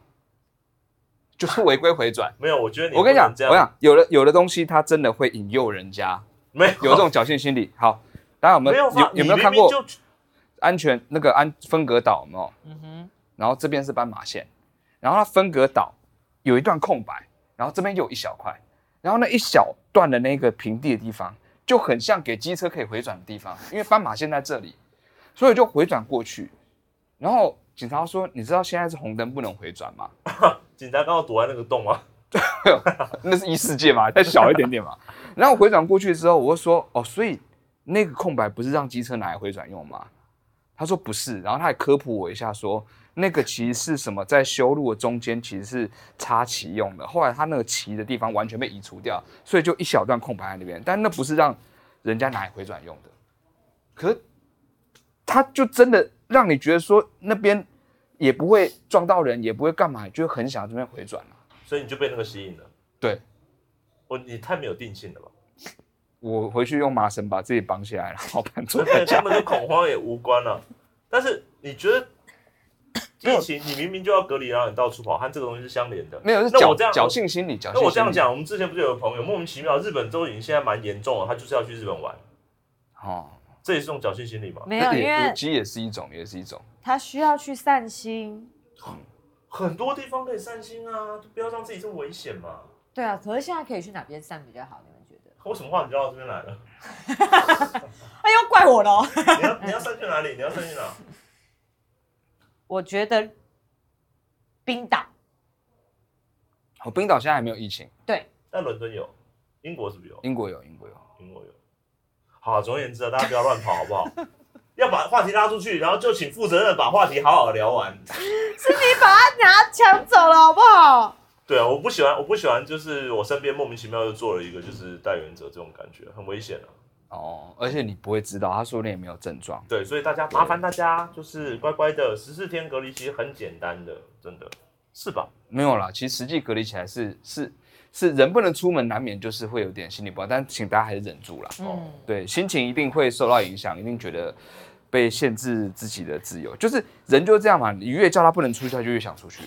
就是违规回转。没有，我觉 得你我跟你讲不能，这我样想有的有的东西它真的会引诱人家，没有有这 种侥幸心理。好，大家有没没有有有吧有没有你看明过明就安全那个安分隔岛有没有？嗯哼，然后这边是斑马线，然后它分隔岛有一段空白，然后这边有一小块，然后那一小段的那个平地的地方就很像给机车可以回转的地方，因为斑马线在这里，所以就回转过去。然后警察说：“你知道现在是红灯不能回转吗？”警察刚好躲在那个洞啊，那是异世界嘛，再小一点点嘛。然后我回转过去之后，我就说哦，所以那个空白不是让机车拿来回转用吗？他说不是，然后他还科普我一下说，那个其实是什么，在修路的中间其实是插旗用的。后来他那个旗的地方完全被移除掉，所以就一小段空白在那边，但那不是让人家拿来回转用的。可是他就真的让你觉得说那边也不会撞到人，也不会干嘛，就很想这边回转了、啊所以你就被那个吸引了。对，我你太没有定性了 吧？我回去用麻绳把自己绑起来，然后搬 出这来跟。根本跟恐慌也无关了、啊但是你觉得疫情，你明明就要隔离，然后你到处跑，和这个东西是相连的。没有，是那我侥这样侥幸心理，侥幸心理。那我这样，讲，我们之前不是有个朋友莫名其妙，日本都已经现在蛮严重了，他就是要去日本玩，哦，这也是种侥幸心理嘛？没有，也因为其实也是一种，也是一种。他需要去散心。很多地方可以散心啊，就不要让自己这么危险嘛。对啊，可是现在可以去哪边散比较好？你们觉得？为什么话你就到这边来了？哎呦，怪我哦喽！你要你要散去哪里？你要散去哪？ 我觉得冰岛哦，冰岛现在还没有疫情，但伦敦有，英国是不是有？英国有，英国有。英国有。好，总而言之啊，大家不要乱跑，好不好？要把话题拉出去，然后就请负责任把话题好好聊完。拿抢走了，好不好？对啊，我不喜欢，我不喜欢，就是我身边莫名其妙就做了一个就是代言者这种感觉，很危险啊。哦，而且你不会知道，他说不定也没有症状。对，所以大家麻烦大家就是乖乖的，十四天隔离其实很简单的，真的是吧？没有啦，其实实际隔离起来是是是人不能出门，难免就是会有点心理不安，但请大家还是忍住啦。哦嗯，对，心情一定会受到影响，一定觉得被限制自己的自由。就是人就这样嘛，你越叫他不能出去，他就越想出去。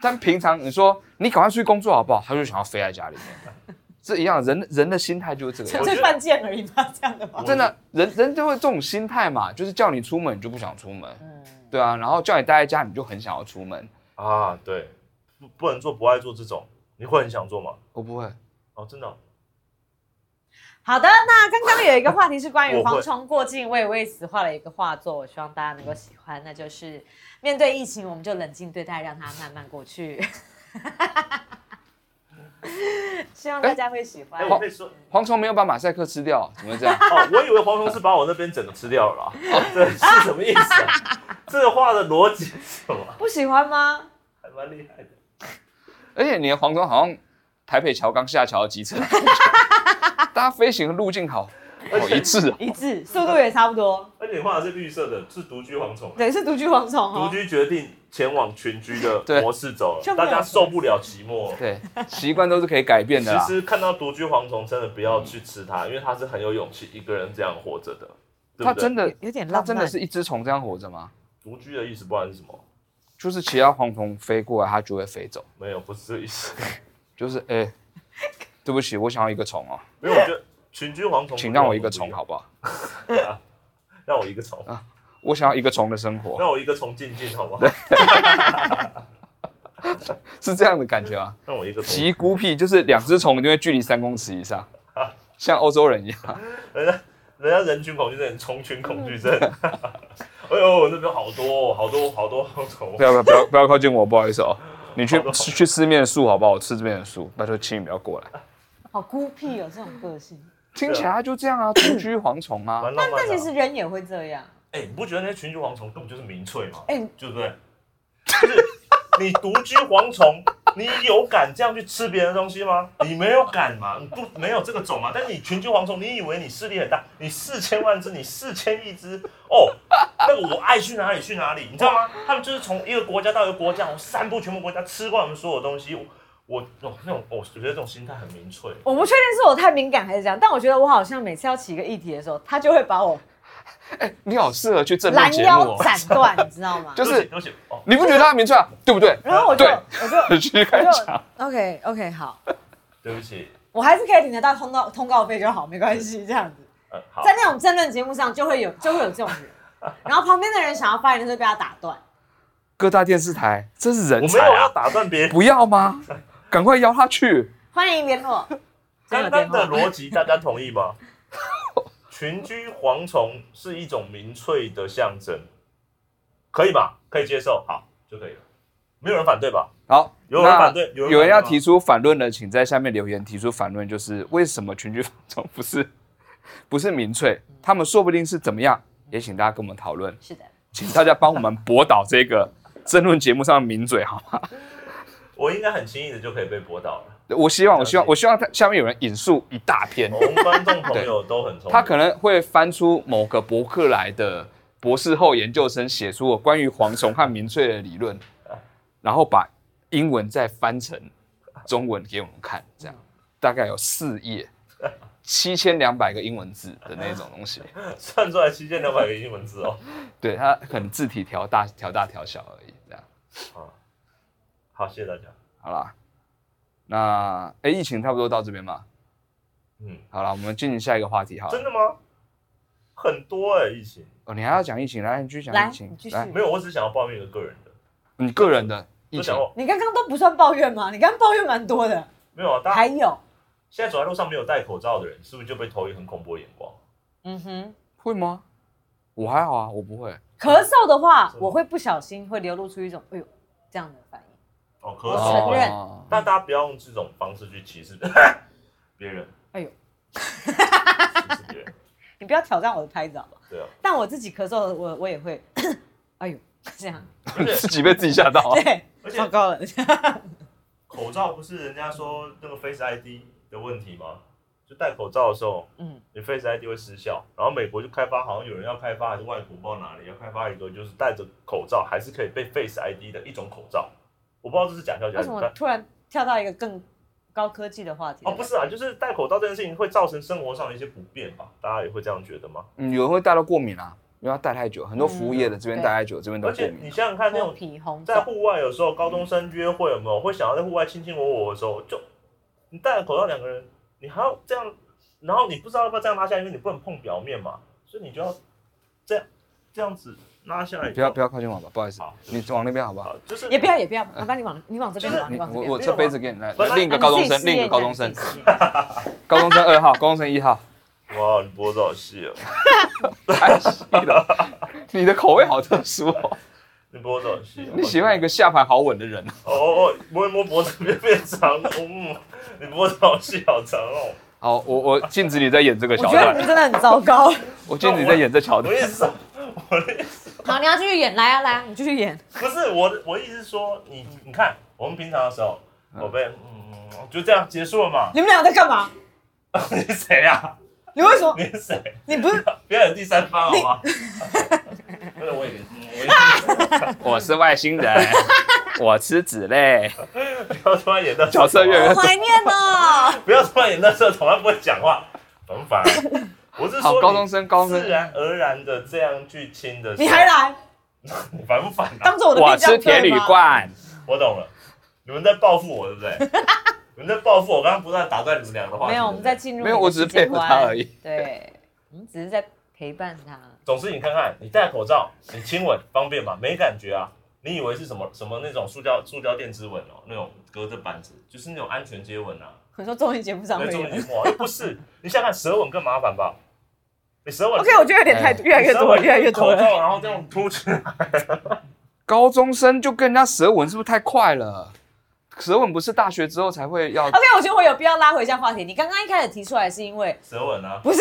但平常你说你赶快出去工作好不好，他就想要飞在家里面，这一样。人人的心态就是这个 样我子觉得这犯贱而已嘛，这样的吗？真的，人人就会这种心态嘛，就是叫你出门你就不想出门，嗯对啊，然后叫你待在家你就很想要出门。啊，对，不不能做不爱做这种，你会很想做吗？我不会，哦，真的哦、好的，那刚刚有一个话题是关我会于蝗虫过境，我也为此画了一个画作，我希望大家能够喜欢。那就是面对疫情，我们就冷静对待，让它慢慢过去。 希望大家会喜欢哎、。我可以说，蝗虫没有把马赛克吃掉，怎么会这样？哦，我以为蝗虫是把我那边整个吃掉了啊、这是什么意思、啊？这话的逻辑是什么？不喜欢吗？还蛮厉害的。而且你的黄忠好像台北桥刚下桥的机车， 大家飞行的路径好好一致哦。一致，速度也差不多。而且你画的是绿色的，是独居蝗虫，对，是独居蝗虫独哦。居决定前往群居的对模式走就了，没有大家受不了寂寞。对，习惯都是可以改变的其啦。实看到独居蝗虫，真的不要去吃它，因为它是很有勇气一个人这样活着的，对它不对？真的有有点浪它漫真的是一只虫这样活着吗？独居的意思，不然是什么？就是其他蝗虫飞过来，它就会飞走。没有，不是这个意思。 就是哎、 对不起，我想要一个虫哦，因为我觉得群居蝗虫，请让我一个虫，好，不好？让我一个虫，我想要一个虫的生活，让我一个虫静静，好不好？是这样的感觉啊。让我一个虫极孤僻就是两只虫就会距离三公尺以 上，像欧洲人一样。人家人家人群恐惧症， 虫群 恐惧症。哎呦，那边好多哦好多好多好虫不。要不要不要不要靠近我，不好意思哦。你去好的吃去吃面的树好不好？我吃这边的树，拜托，请你不要过来。好孤僻哦，这种个性。听起来他就这样 啊，独居蝗虫啊蛮，浪但漫但的其啊。实人也会这样，哎，你不觉得那些群居蝗虫根本就是民粹吗？哎对不对？就是你独居蝗虫，你有敢这样去吃别人的东西吗？你没有敢嘛？你不没有这个种嘛？但你群居蝗虫，你以为你势力很大？你四千万只，你四千亿只哦，那个我爱去哪里去哪里，你知道吗？他们就是从一个国家到一个国家，我散布全部国家，吃光我们所有东西。我我哦那种，我觉得这种心态很民粹。我不确定是我太敏感还是怎样，但我觉得我好像每次要起一个议题的时候，他就会把我你好适合去正面拦节目腰哦，斩断，你知道吗？就对是不起对不起哦，你不觉得他很明确啊，对不对？然后我就对我就 去开场， OK OK 好，对不起，我还是可以领得到通告通告费就好，没关系，这样子。嗯，好，在那种争论节目上就会有就会有这 种人，然后旁边的人想要发言的时候被他打断。各大电视台真是人我没才有要啊，打断别人。不要吗？赶快邀他去，欢迎联络， 刚刚的逻辑大家同意吗？ 群居蝗虫是一种民粹的象征，可以吧？可以接受，好就可以了，没有人反对吧？好，有人那反对有人反对有人要吗提出反论的，请在下面留言提出反论，就是为什么群居反中不是不是民粹？他们说不定是怎么样，也请大家跟我们讨论，是的，请大家帮我们驳倒这个争论节目上的名嘴，好吗？我应该很轻易的就可以被驳倒 了。我希望，我希望，我希望他下面有人引述一大篇，我们观众朋友都很聪他明，可能会翻出某个伯克莱的博士后研究生写出我关于蝗虫和民粹的理论，然后把英文再翻成中文给我们看，这样大概有四页，七千两百个英文字的那种东西。算出来七千两百个英文字哦。 对，它可能字体调大、调大、调小而已，这样啊，好，谢谢大家。好啦。那哎，疫情差不多到这边嘛，嗯，好了，我们进行下一个话题好了真的吗？很多哎、疫情哦，你还要讲疫情，来，你继续来讲疫情你继，续来，没有，我只想要抱怨一个个人的，你个人的疫就情想，要你刚刚都不算抱怨吗？你刚刚抱怨蛮多的，没有啊。大还家有，现在走在路上没有戴口罩的人，是不是就被投以很恐怖的眼光？嗯哼，会吗？我还好啊，我不会。咳嗽的话是，我会不小心会流露出一种哎呦这样的反应。哦，我咳嗽承啊。认哦但大家不要用这种方式去歧视 别人。哎呦，歧视别人，你不要挑战我的拍子好不好？ 对啊，但我自己咳嗽，我我也会， 哎呦这样，而 且自己被自己吓到啊！对，哦而糟且糕了，口罩不是人家说那个 Face ID 的问题吗？就戴口罩的时候， 嗯，你 Face ID 会失效。然后美国就开发，好像有人要开发，还是外国不知道哪里要开发一个，就是戴着口罩还是可以被 Face ID 的一种口罩。我不知道这是假消息还为是什真么突然跳到一个更高科技的话题？哦，不是啊，就是戴口罩这件事情会造成生活上的一些不便吧？大家也会这样觉得吗？ 嗯，有人会戴到过敏啊，因为他戴太久，很多服务业的这边对戴太久，这边都而过啊且你敏。想想看，那脱种皮红在肿，户外有时候高中生约会有没有会想要在户外卿卿我我的时候，就你戴了口罩两个人，你还要这样，然后你不知道要不要这样拉下来，因为你不能碰表面嘛，所以你就要这样这样子拉下来。不要不要靠近我吧，不好意思好，你往那边好不好？啊，就是也不要也不要，麻烦你往你往这边就是往，你你往这我边我往。这杯子给你来，不是另一个啊高中你自己生，试另一个验高下中你生自，己试验 高中生二号，高中生一 号，哇，你脖子好细哦，太细了，你的口味好特殊 哦，你脖子好细哦。 你喜欢一个下盘好稳的人，哦哦哦，摸一摸脖子变变长了，嗯，你脖子好细好长哦。好，我我禁止你在演这个我桥觉得你段，们真的很糟糕。我禁止你在演这桥我段的意，思，我的意思。好，你要继续演，来啊来啊，你继续演。不是我的，我意思是说，你你看，我们平常的时候，我被嗯就这样结束了嘛。你们俩在干嘛？ 你是谁啊？你为什么你？是谁？啊你不是不要有第三方好吗？ 不是我也，嗯我也我是外星人， 我吃纸类， 不要突然演到角色越来越 怀念啊呢？不要突然演到社恐，他不会讲话，很烦。我 是好说，高中生高中生自啊然而然的这样去亲的时候， 你还来你烦不烦啊当？做我的我便吃当铁对铝吗？罐，我懂了，你们在报复我对不对？ 你们在报复我，刚刚不断打断你们两个话题。没有，我对们不对在进入没有你的我只是世界配合他观而已。对，我们只是在陪伴他。总之，你看看，你戴口罩，你亲吻方便吗？没感觉啊。你以为是什么什么那种塑胶塑胶垫之吻哦，那种隔着板子，就是那种安全接吻啊。我说综艺节目上那会中有间哇，哎又不是，你想想看舌吻更麻烦吧？你舌吻 OK，我觉得有点太哎越来越多，你舌吻越来越多口了。罩然后这样扑出去，高中生就跟人家舌吻，是不是太快了？舌吻不是大学之后才会要 OK，我觉得我有必要拉回一下话题。你刚刚一开始提出来是因为舌吻啊， 呃不是，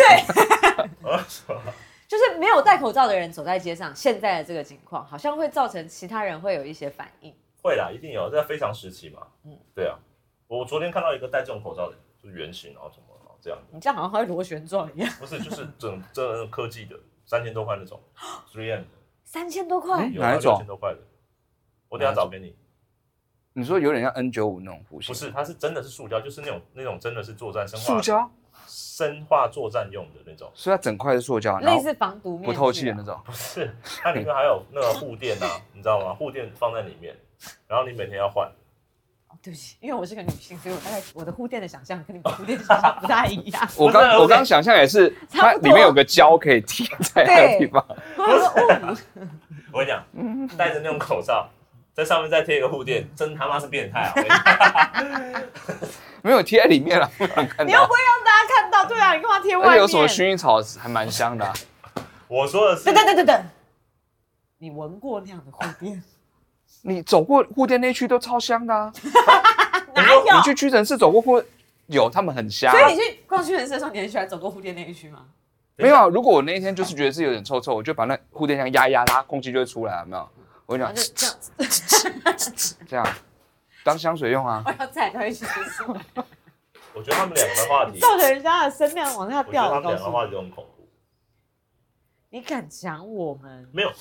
我什么？就是没有戴口罩的人走在街上，现在的这个情况好像会造成其他人会有一些反应。会啦，一定有，在非常时期嘛。嗯，对啊，我昨天看到一个戴这种口罩的，就是圆形，然后什么，然后这样的，你这样好像还会螺旋状一样，不是，就是整这科技的，三千多块那 种，three M 的，三千多块，嗯有啊哪一种哦六千多块的，我等一下找给你。你说有点像 N 九五那种弧形，不是，它是真的是塑胶，就是那种那种真的是作战生塑化胶，生化作战用的那 种，所以它整块是塑胶，然类后似防毒面具不啊透气的那种。不是，它里面还有那个护垫 啊，你知道吗？护垫放在里面，然后你每天要换。哦对不起，因为我是个女性，所以我大概我的护垫的想象跟你们护垫的想象不太一 样。我不是刚我 OK 刚想象也是，它 差不多里面有个胶可以贴在那个地方。我想说哦，我跟你嗯讲，戴着那种口罩，在上面再贴一个护垫，真他妈是变态啊！我跟 你讲没有贴在里面了，不能看你又到不。会让大家看到，对啊，你干嘛贴外而且面？哎有什么薰衣草还蛮香的啊、我说的是等等等等等，你闻过那样的护垫？你走过护垫那区都超香的 啊！哪有？ 你去屈臣氏走过护，有他们很香。啊啊所以你去逛屈臣氏的时候，你很喜欢走过护垫那一区 吗？没有啊，如果我那一天就是觉得是有点臭臭，我就把那护垫这样压一压，它空气就会出来，有没有？我就然讲后就这样子，这样当香水用啊我。哦要再回去屈 臣氏，我觉得他们两个的话 题，照着人家的声量往下我觉得掉。他我们告两个诉话你，题都很恐怖。你敢讲我们？没有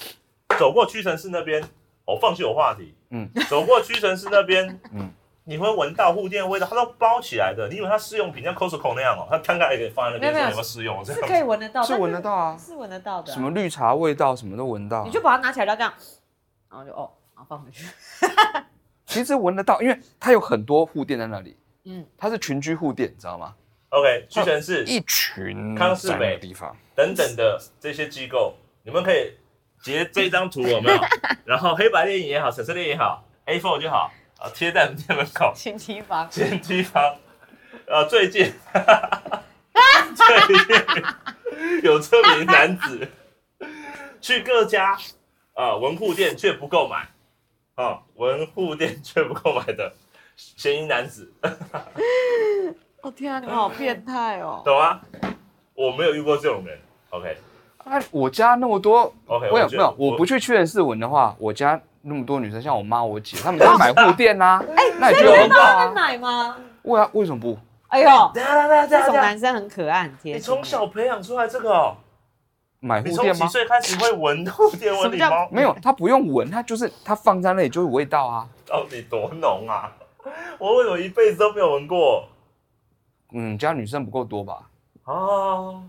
走过屈臣氏那边，我、放弃我话题。嗯嗯，走过屈臣氏那边，嗯 嗯，你会闻到护垫味道，它都包起来的。你以为它试用品像 Costco 那样哦、它摊开来给你放在那边，没有说没有有没有试用？这是可以样闻得到，啊是闻得到啊但是是闻得到的啊。什么绿茶味道，什么都闻到啊、你就把它拿起来，然后这样，然后就哦，然后放回去。 其实闻得到，因为它有很多护垫在那里，嗯，它是群居护垫，你知道吗？哦 OK，屈臣氏一群康士美在那个地方，等等的这些机构，你们可以截这张图有 没有？然后黑白电影也好，彩色电影也好，A4 就好，啊，贴在我们店门口亲戚房。前地方。呃，最近，最近有这名男子去各家啊、文护店却不购买，啊、文护店却不购买的嫌疑男子，哦天啊，你们好变态哦！懂吗？我没有遇过这种人。OK 啊，我家那么多 OK，我有觉没得有？我不去屈臣氏闻的话，我家那么多女生，像我妈、我姐，她们 都买护垫呐。哎，那你所以就有你 会闻帮到他们啊？奶吗？为啊，为什么不？哎呦，等一下，等一下，等啊这一下种等一下，男生很可爱，很贴哎你心从小培养出来这个、哦，买你护从垫几吗？岁开始会闻护垫什闻么你叫猫？没有，它不用闻，它就是它放在那里就有味道啊。到底哦多浓啊？我为什么一辈子都没有闻过？嗯，家女生不够多吧？哦，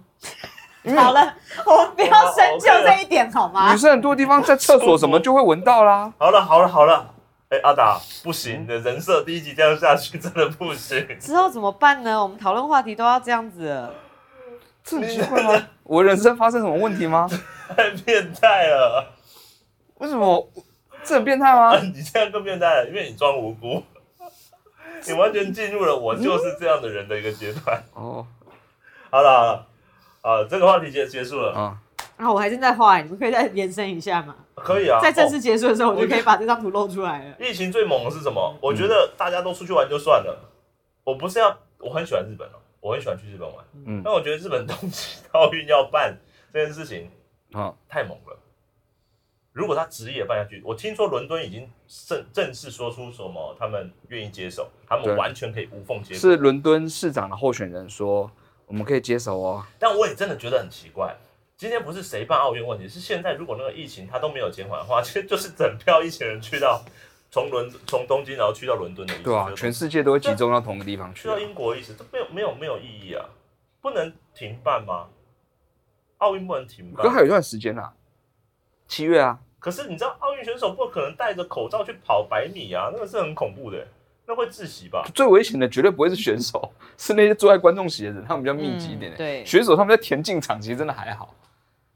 欸好了，我们不啊要深究这一点好吗女？生很多地方在厕所什么就会闻到啦。好了好了好了，哎、阿达，不行，你的人设第一集这样下去真的不行。之后怎么办呢？我们讨论话题都要这样子了， 这很奇怪吗？我人生发生什么问题吗？太变态了，啊为什么我这很变态吗？你这样更变态了，因为你装无辜，你完全进入了我就是这样的人的一个阶段。哦，好了好了，啊，这个话题结结束了，啊，然后我还正在画，你们可以再延伸一下吗？可以啊。在正哦式结束的时候，我就可以把这张图露出来了。疫情最猛的是什么？我觉得大家都出去玩就算了，我不是要，我很喜欢日本哦，我很喜欢去日本玩，嗯但我觉得日本冬季奥运要办这件事情啊，太猛了。如果他职业办下去，我听说伦敦已经正正式说出什么，他们愿意接手，他们对完全可以无缝接轨。是伦敦市长的候选人说我们可以接手哦。但我也真的觉得很奇怪，今天不是谁办奥运问题，是现在如果那个疫情它都没有减缓的话，其实就是整票一群人去到从伦从东京然后去到伦敦的意思。对啊这，个东西全世界都会集中到同一个地方去去啊到。英国的意思，这没有没有没有意义啊！不能停办吗？奥运不能停可还有办。一段时间啦，七月啊，可是你知道，奥运选手不可能戴着口罩去跑百米啊，那个是很恐怖的，那会窒息吧？最危险的绝对不会是选手， 是那些坐在观众席的人，他们比较密集一点、欸嗯对选手他们在田径场其实真的还好，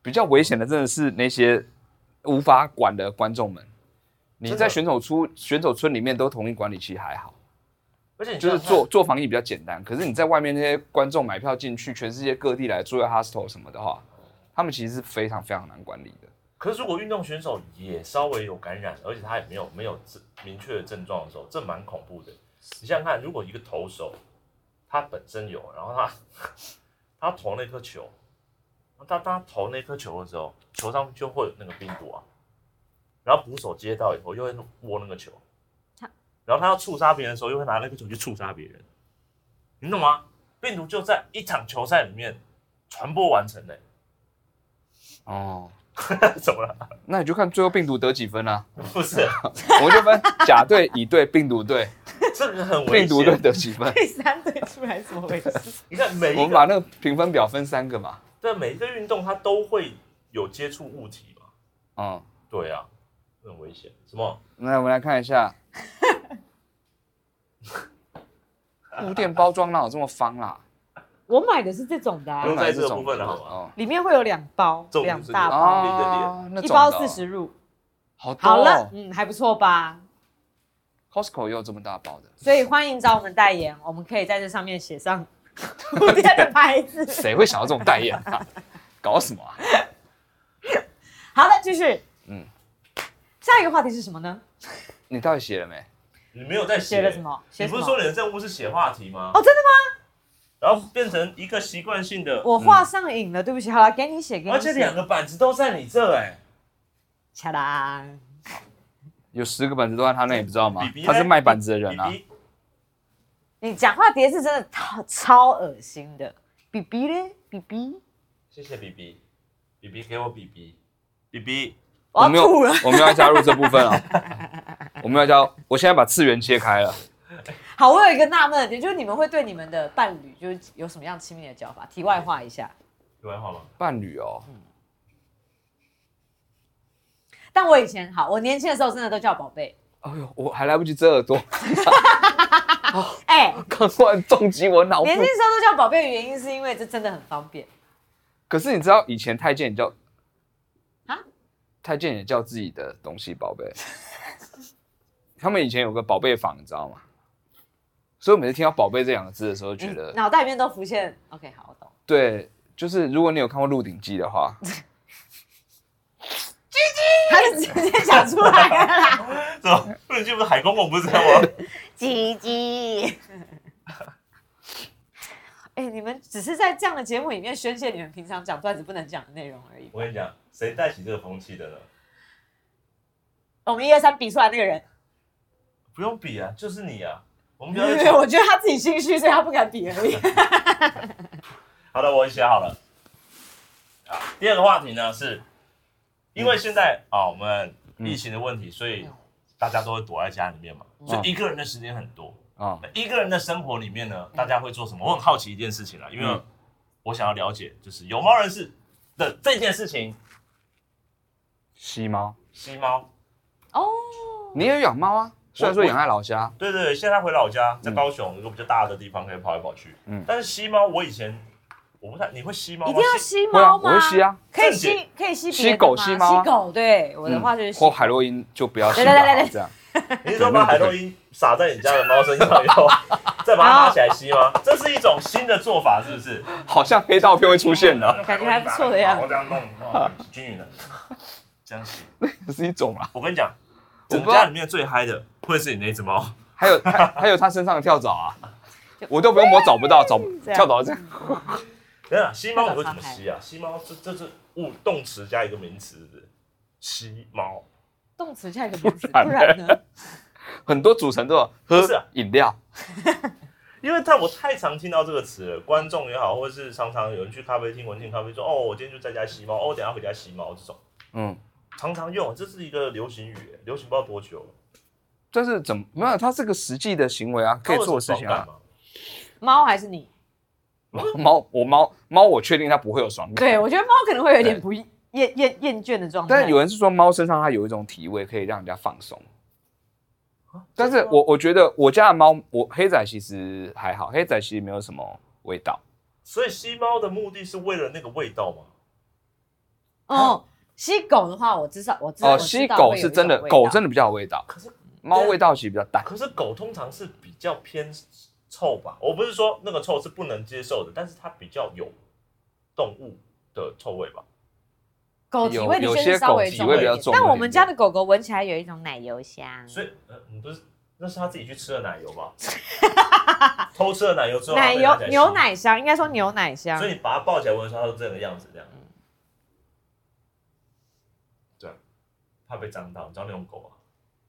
比较危险的真的是那些无法管的观众们。你真的在选手出选手村里面都同意管理，其实还好，而且你就是想想看做做防疫比较简单。可是你在外面那些观众买票进去，全世界各地来住在 hostel 什么的话，他们其实是非常非常难管理的。可是如果运动选手也稍微有感染，而且他也没有没有自明确的症状的时候，这蛮恐怖的。你想想看，如果一个投手他本身有，然后他 他投那颗球，他他投那颗球的时候，球上就会有那个病毒啊，然后捕手接到以后又会握那个球他，然后他要触杀别人的时候，又会拿那个球去触杀别人，你懂吗？病毒就在一场球赛里面传播完成的、 哦，怎么了？那你就看最后病毒得几分啦、不是，我们就分甲队、乙队、病毒队，这个很危 病毒队险。啊得几 分。 第三队出来怎么回事？你看每我一们把个那个评分表分三个嘛，对每一个运动，它都会有接触物体嘛。嗯，对啊，很危险。什么？那我们来看一下， 护垫包装哪有这么方啊啦？我买的是这种的、啊不，用在这个种部分了好吗哦里面会有两包嗯这，种两就是大包，哦，那一种包的哦四十入。好多好了哦，嗯，还不错吧？ ，Costco 也有这么大包的，所以欢迎找我们代言，我们可以在这上面写上 图片的牌子。谁会想要这种代言啊？ 搞什么啊？好的，继续。嗯嗯，下一个话题是什么呢？你到底写了没？你没有在写了什？么？你写什不是么？说你的任务是写话题吗？哦真的吗？然后变成一个习惯性的，我画上瘾了，对不起。好了，给你写，给你嗯写。而且两个板子都在你这哎、恰啦，有十个板子都在他那里，不知道吗比比？嘞哎他是卖板子的人啊比。比你讲话叠字真的超超恶心的。比比嘞，比比，谢谢 B B，B B 给我 B B，B B，我要们有吐了，我们要加入这部分啊。 我们要加，我现在把次元切开了。好，我有一个纳闷的点，就是你们会对你们的伴侣就是有什么样亲密的叫法？题外话一下，有还好吗？伴侣哦，但我以前好，我年轻的时候真的都叫宝贝。哎呦，我还来不及遮耳朵， 哎、哦刚突然重击我脑部年。轻的时候都叫宝贝的原因是因为这真的很方便。可是你知道以前太监也叫啊太监也叫自己的东西宝贝。 他们以前有个宝贝坊，你知道吗？所以我每次听到“宝贝”这两个字的时候，觉得脑袋里面都浮现。OK，好，我懂。对，就是如果你有看过《鹿鼎记》的 话，他就直接讲出来了啦。 怎么？不是海公公不是这样吗？ 鸡鸡。 哎、你们只是在这样的节目里面宣泄你们平常讲段子不能讲的内容而已。我跟你讲，谁带起这个风气的呢？我们一二三比出来那个人，不用比啊，就是你啊。我们不因要 再为讲。我觉得他自己心虚，所以他不敢 比而已。好的，我写好了。啊，第二个话题呢是，因为现在嗯啊、我们疫情的问题，所以大家都会躲在家里面嘛，嗯所以一个人的时间很多。啊、那一个人的生活里面嗯呢，大家会做什么？我很好奇一件事情啊啦，因为嗯我想要了解，就是有猫人士的这件事情，吸猫，吸猫。哦，你也有养猫啊？虽然说养在老家，对对，对现在回老家，嗯在高雄一个比较大的地方可以跑来跑去。嗯但是吸猫，我以前我不太，你会吸猫吗？一定要吸吸会啊，猫我吗？会吸啊，可以正吸，可以吸别吸的狗吗吸猫啊吸狗。对，我的话就是嗯吸或海洛因就不要吸对对对对了，对这样 你是说把海洛因撒在你家的猫身上以 后，再把它拿起来吸吗？这是一种新的做法，是不是？好像黑道片会出现 的，感觉还不错的样子我这样弄，哦均 匀的，这样吸。这是一种啊。我跟你讲，我整不知道家里面最嗨的会是你那只猫。还有还还有它身上的跳蚤啊，我都不用我找不到，找不 这样跳蚤这样。等等，啊吸猫你会怎么吸啊？吸猫这这是物动词加一个名词，是不是？吸猫动词加一个名词，然不然欸呢？很多组成都有喝不是啊饮料，因为太我太常听到这个词了，观众也好，或是常常有人去咖啡厅、文静咖啡说：“哦，我今天就在家吸猫，哦，我等一下回家吸猫。”这种嗯，常常用，这是一个流行语，流行不知道多久了。但是怎么没有？它是个实际的行为啊，可以做的事情啊。 猫还是你？ 猫，我猫猫，我确定它不会有爽感。对，我觉得猫可能会有点不厌厌厌厌倦的状态。但有人是说猫身上它有一种体味，可以让人家放松。但啊是我我觉得我家的猫，我黑仔其实还好，黑仔其实没有什么味道。所以吸猫的目的是为了那个味道吗？哦，吸狗的话，我至少我知道哦，吸狗是真的，狗真的比较有味道，可是猫味道其实比较淡。啊可是狗通常是比较偏臭吧？我不是说那个臭是不能接受的，但是它比较有动物的臭味吧？狗体有味的有确是些稍狗微体重味了比一较点重，但我们家的狗狗闻起来有一种奶油香。嗯所以呃，你不是那是他自己去吃的奶油吧？ 偷吃了奶油之后，奶然啊油后被拿起来牛吸，奶香，应该说牛奶香所。以你把它抱起来闻的时候，它都这个样子，这样。对，怕被脏到，你知道那种狗啊，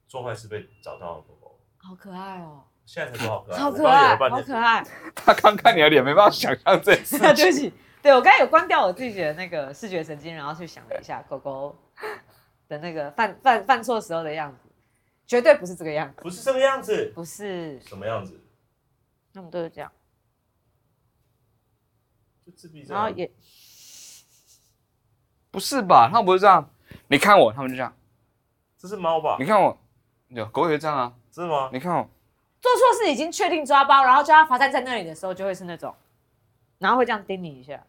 做坏事被找到的狗狗，好可爱哦，现在才多好啊可爱，好我可刚刚有半年爱，好可爱。他刚看你的脸，没办法想象这件事 对不起，对我刚才有关掉我自己的那个视觉神经，然后去想了一下狗狗的那个犯犯犯错时候的样子，绝对不是这个样子，不是这个样子，不是，什么样子？他们都是这样，就自闭症然啊。后也不是吧？他们不是这样，你看我，他们就这样，这是猫吧你？看我，有狗也是这样啊，是吗？你看我，做错事已经确定抓包，然后叫他罚站在那里的时候，就会是那种，然后会这样盯你一下，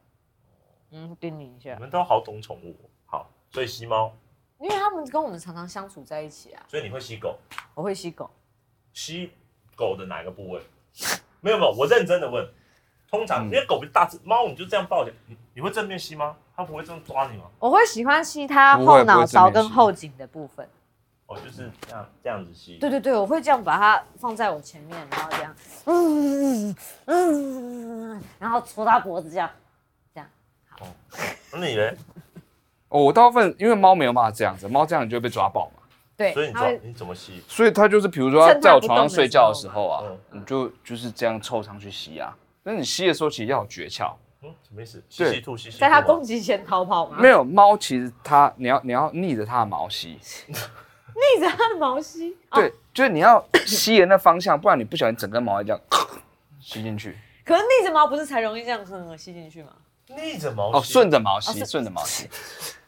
嗯，盯你一下你，们都好懂宠物哦，好，所以吸猫，因为他们跟我们常常相处在一起啊，所以你会吸狗，我会吸狗，吸狗的哪个部位？没有没有，我认真的问。通常嗯因为狗不是大只，猫你就这样抱着，你你会正面吸吗？它不会这样抓你吗？我会喜欢吸它不会后不脑会正面勺跟吸后颈的部分。哦，就是这样这样子吸。对对对，我会这样把它放在我前面，然后这样，嗯嗯，然后戳它脖子这样，那你嘞？哦，我大部分因为猫没有办法这样子，猫这样你就会被抓爆嘛，对所以，你它抓会你怎么吸？所以它就是比如说它趁它在我不床上动的睡时觉的候时嘛候啊，嗯你就就是这样凑上去吸啊。那你吸的时候其实要有诀窍，嗯，什么意思？吸对吸吐吸吸吐吗。在它攻击前逃跑吗？没有猫其实它你要你要逆着它的毛吸，逆着它的毛吸，哦，对，就是你要吸的那方向，不然你不小心整根毛这样吸进去。可是逆着毛不是才容易这样哼哼吸进去吗？逆着毛哦，吸顺着毛吸，顺着毛吸，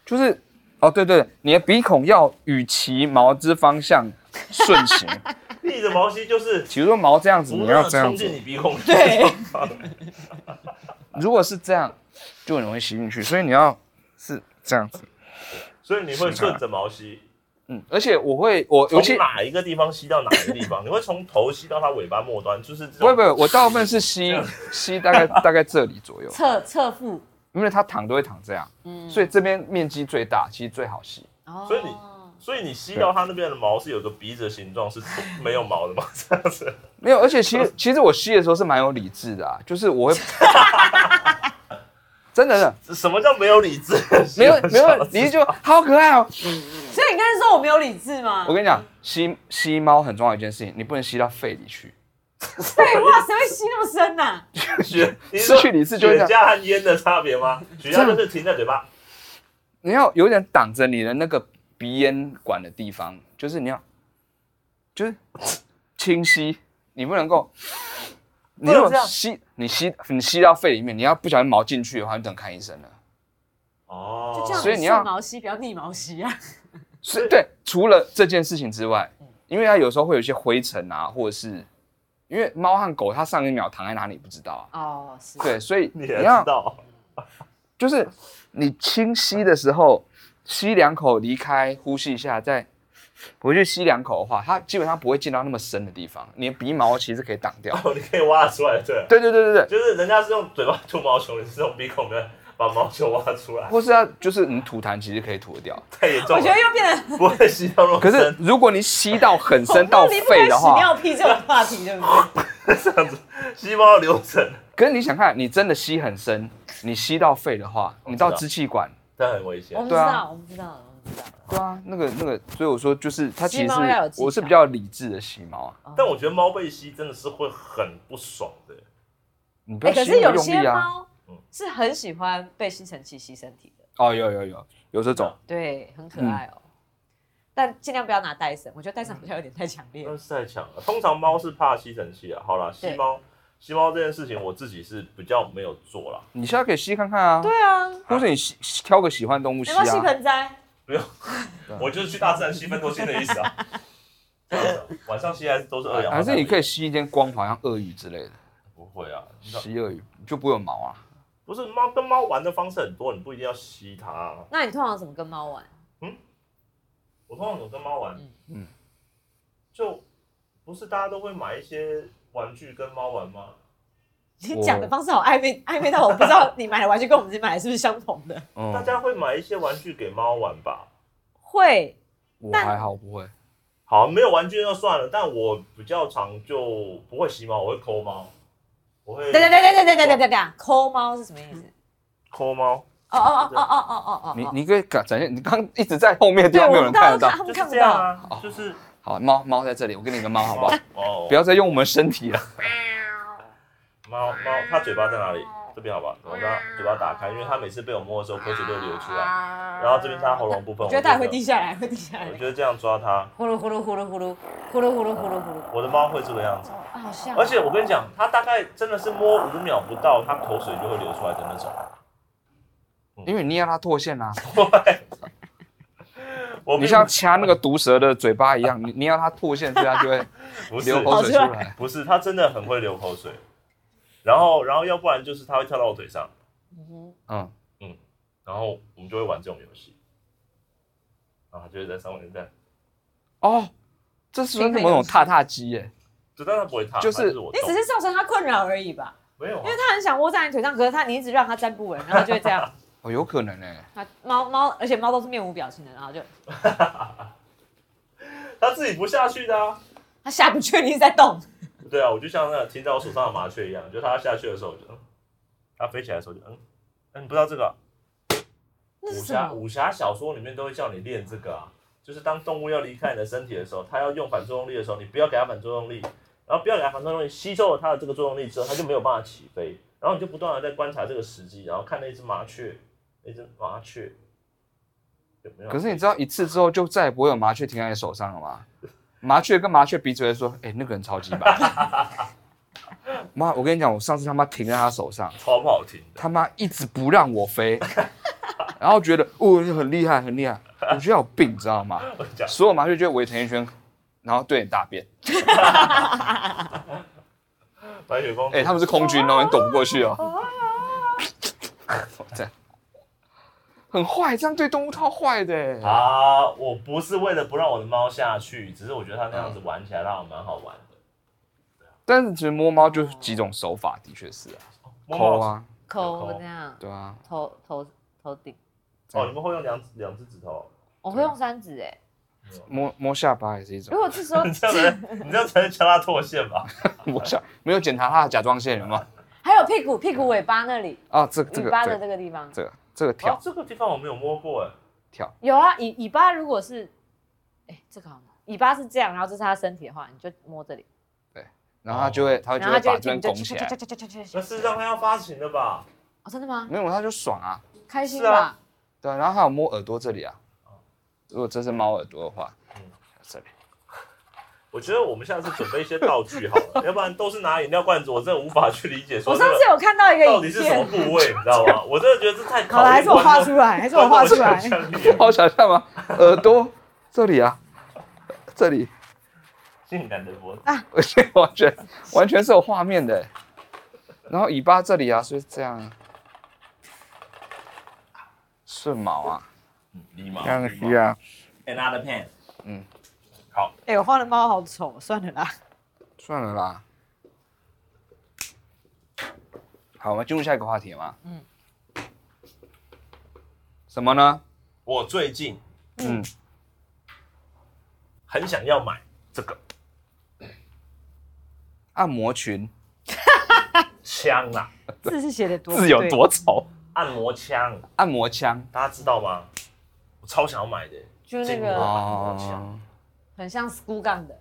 就是哦，对对，你的鼻孔要与其毛之方向顺 行。逆着毛吸就是比如说毛这样子，不你断要地这样冲子进。你鼻孔。对，如果是这样，就很容易吸进去，所以你要是这样子。 所以你会顺着毛吸，嗯，而且我会，我尤其从哪一个地方吸到哪个地方？你 会从头吸到它尾巴末端，就是这不会不种会，我大部分 是吸吸大概大概这里左右，侧侧腹，因为它躺都会躺这样，嗯，所以这边面积最大，其实最好吸。哦所以你所以你吸到它那边的毛是有个鼻子的形状，是没有毛的吗？ 这样子，没有，而且其嗯实其实我吸的时候是蛮有理智的啊，就是我 会， 真的真的什么叫没有理智？ 没有没有理智就好可爱哦。所以你刚才说我没有理智吗？我跟你讲，吸吸猫很重要一件事情，你不能吸到肺里 去，废话，谁会吸那么深啊呐？血 失去理智就会这血样加和烟的差别吗？血加就是停在嘴巴，你要有点挡着你的那个鼻咽管的地方，就是你要就是清晰，你不能够。你如不能这果样吸，你吸，你吸到肺里面，你要不小心毛进去的话，你等看医生了。哦，就这样，所以你要顺毛吸，不要逆毛 吸啊。是对，除了这件事情之外，因为它有时候会有一些灰尘啊，或者是因为猫和狗它上一秒躺在哪里不知道啊，哦，是，对，所以你你也知要道，就是你清吸的时候吸两口离开，呼吸一下再。回去吸两口的话，它基本上不会进到那么深的地方，你的鼻毛其实可以挡掉。哦，你可以挖出来，对，对对对对对，就是人家是用嘴巴吐毛球，你是用鼻孔的把毛球挖出来，或是它就是你吐痰其实可以吐得掉。太严重我了觉，得又变得不会吸到那么可深。是如果你吸到很深 我到们离不开肺的屎话，啊尿屁这种话题，对不对？这样子， 吸猫的流程，可是你想看，你真的吸很深，你吸到肺的话，你到知道支气管，但很危险我。们知对啊道，我们知道了，我们知道了。对啊，那个那个，所以我说就是它其实吸猫要有技是巧我是比较理智的吸猫哦啊，但我觉得猫被吸真的是会很不爽的，你不哎、要可吸那是么有用些力啊。猫是很喜欢被吸尘器吸身体的，哦，有有有有这种，对，很可爱哦。但尽量不要拿戴森，我觉得戴森好像有点太强烈了。那是太强了。通常猫是怕吸尘器啊。好啦，吸对猫吸猫这件事情，我自己是比较没有做啦。你现在可以吸看看啊，对啊，或者你吸挑个喜欢的动物吸要不要吸啊。盆栽？不用，嗯我就是去大自然吸分多精的意 思啊。这样子啊晚上吸还是都是二氧化还碳。是你可以吸一间光盘，像鳄鱼之类的，不会啊？你知道吸鳄鱼就不会有毛啊。不是猫跟猫玩的方式很多，你不一定要吸它啊、那你通常怎么跟猫玩？我通常有跟猫玩，嗯嗯，就不是大家都会买一些玩具跟猫玩吗？你讲的方式好暧昧，暧昧到我不知道你买的玩具跟我们自己买的是不是相同的。嗯大，家会买一些玩具给猫玩吧？会，我还好不会，好，没有玩具就算了，但我比较常就不会洗猫，我会抠猫，我会等等等等等等等等等等，抠猫是什么意思？抠猫，哦哦哦哦哦哦哦你哦，你可以展展现，你刚刚一直在后面的地对，方，没我有们人看大家得到就都看，他们是看不这样到。啊，就是好，猫猫在这里，我给你个猫哦好不好？哦不，要再用我们身体了。猫猫，它嘴巴在哪里？这边好吧，我让它嘴巴打开，因为它每次被我摸的时候，口水都流出来。然后这边是它喉咙部分，啊我我觉得它也会这滴样下来，会滴下来我。觉得这样抓它，呼噜呼噜呼噜呼噜呼噜呼噜呼噜呼噜，我的猫会这个样子。啊，好像。而且我跟你讲，它大概真的是摸五秒不到，它口水就会流出来的那种。因为你要它唾腺啊，我你并像掐那个毒蛇的嘴巴一样，你你要它唾腺，所以它就会 不是流口水出跑出来。不是，它真的很会流口水。然后，然后要不然就是它会跳到我腿上，嗯，然后我们就会玩这种游戏。然后它就会在上面这样，哦，这是不是某种踏踏机耶？就但它不会踏，就是它是我你动只是造成它困扰而已吧？没有啊因为，它很想窝在你腿上，可是它你一直让它站不稳，然后就会这样。哦，有可能哎。它猫猫，而且猫都是面无表情的，然后就它自己不下去的啊。它下不去，你一直在动。对啊，我就像那个停在我手上的麻雀一样，就它下去的时候我就，嗯，它飞起来的时候就，嗯，嗯，你不知道这个啊、那是武什侠么？武侠小说里面都会叫你练这个啊，就是当动物要离开你的身体的时候，它要用反作用力的时候，你不要给它反作用力，然后不要给它反作用力，吸收了它的这个作用力之后，它就没有办法起飞，然后你就不断的在观察这个时机，然后看那只麻雀，那只麻雀有没有？可是你知道一次之后就再也不会有麻雀停在你手上了吗？麻雀跟麻雀比只会说：“哎、那个人超级白。” 妈，我跟你讲，我上次他妈停在他手上，超不好听的，他妈一直不让我飞，然后觉得哦你很厉害很厉害，我觉得有病，你知道吗？我讲所有麻雀就会围成一圈，然后对你大便。白雪公主哎、他们是空军哦，你躲不过去哦。这样很坏，这样对动物超坏的、欸。啊，我不是为了不让我的猫下去，只是我觉得它那样子嗯玩起来让我蛮好玩的。但是其实摸猫就是几种手法，的确是啊，摸猫抠，啊，抠这样，对啊，头头头顶。哦，你们会用两两只指头？哦我会用三指哎，摸摸下巴也是一如种，果是说你这样子，你这样才能敲它唾腺吧？ 摸下没有检查他的甲状腺有吗？还有屁股屁股尾巴那里，啊，这个这尾个巴这的个这个地方这个这个哦跳，这个地方我没有摸过哎。跳，有啊，尾尾巴如果是，哎，这个好难。尾巴是这样，然后这是它身体的话，你就摸这里，然后他就会他然就后它会就把会这边你就拱起来，那事实上它要发情了吧？哦，真的吗？没有他就爽啊，开心是啊吧？对啊，然后还有摸耳朵这里啊，如果这是猫耳朵的话嗯，这里我觉得我们下次准备一些道具好 了，要不然都是拿饮料罐子，我真的无法去理解说我这上个次有看到一个到影底是什么片，部位，你知道吗？我真的觉得这太考好了，还验是我观画众出来，还是我画出 来观众的。想象力好想象吗？耳朵这里啊，这里，性感的脖子，啊而且完全完全是有画面的欸，然后尾巴这里啊，所以这样啊，顺毛啊。礼貌刚需啊， ，another pen，嗯，好，哎、我画的猫好丑，算了啦。算了啦。好，我们进入下一个话题嘛。嗯嗯。什么呢？我最近嗯，很想要买这个按摩裙枪啊，字是写的多不字对有多丑？按摩枪，按摩枪大家知道吗？我超想要买的，就是嗯那个哦，很像 school gun 的，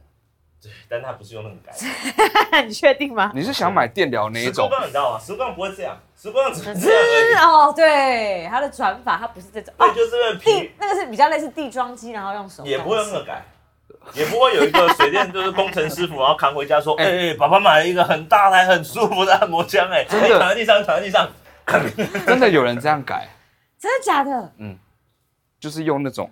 对，但它不是用那个改的。 你确定吗？你是想买电疗那一石种膏？棒你知道吗？石膏棒不会这样，石膏棒只是是这样而哦，对，它的转法它不是这种已。对，哦，就是那个地皮那个是比较类似地装机，然后用手也不会用那动。个改，也不会有一个水电就是工程师傅，然后扛回家说，哎、哎爸爸买了一个很大台很舒服的按摩枪、哎，真的哎躺在地上，躺在 地上，真的有人这样改，真的假的？就是用那种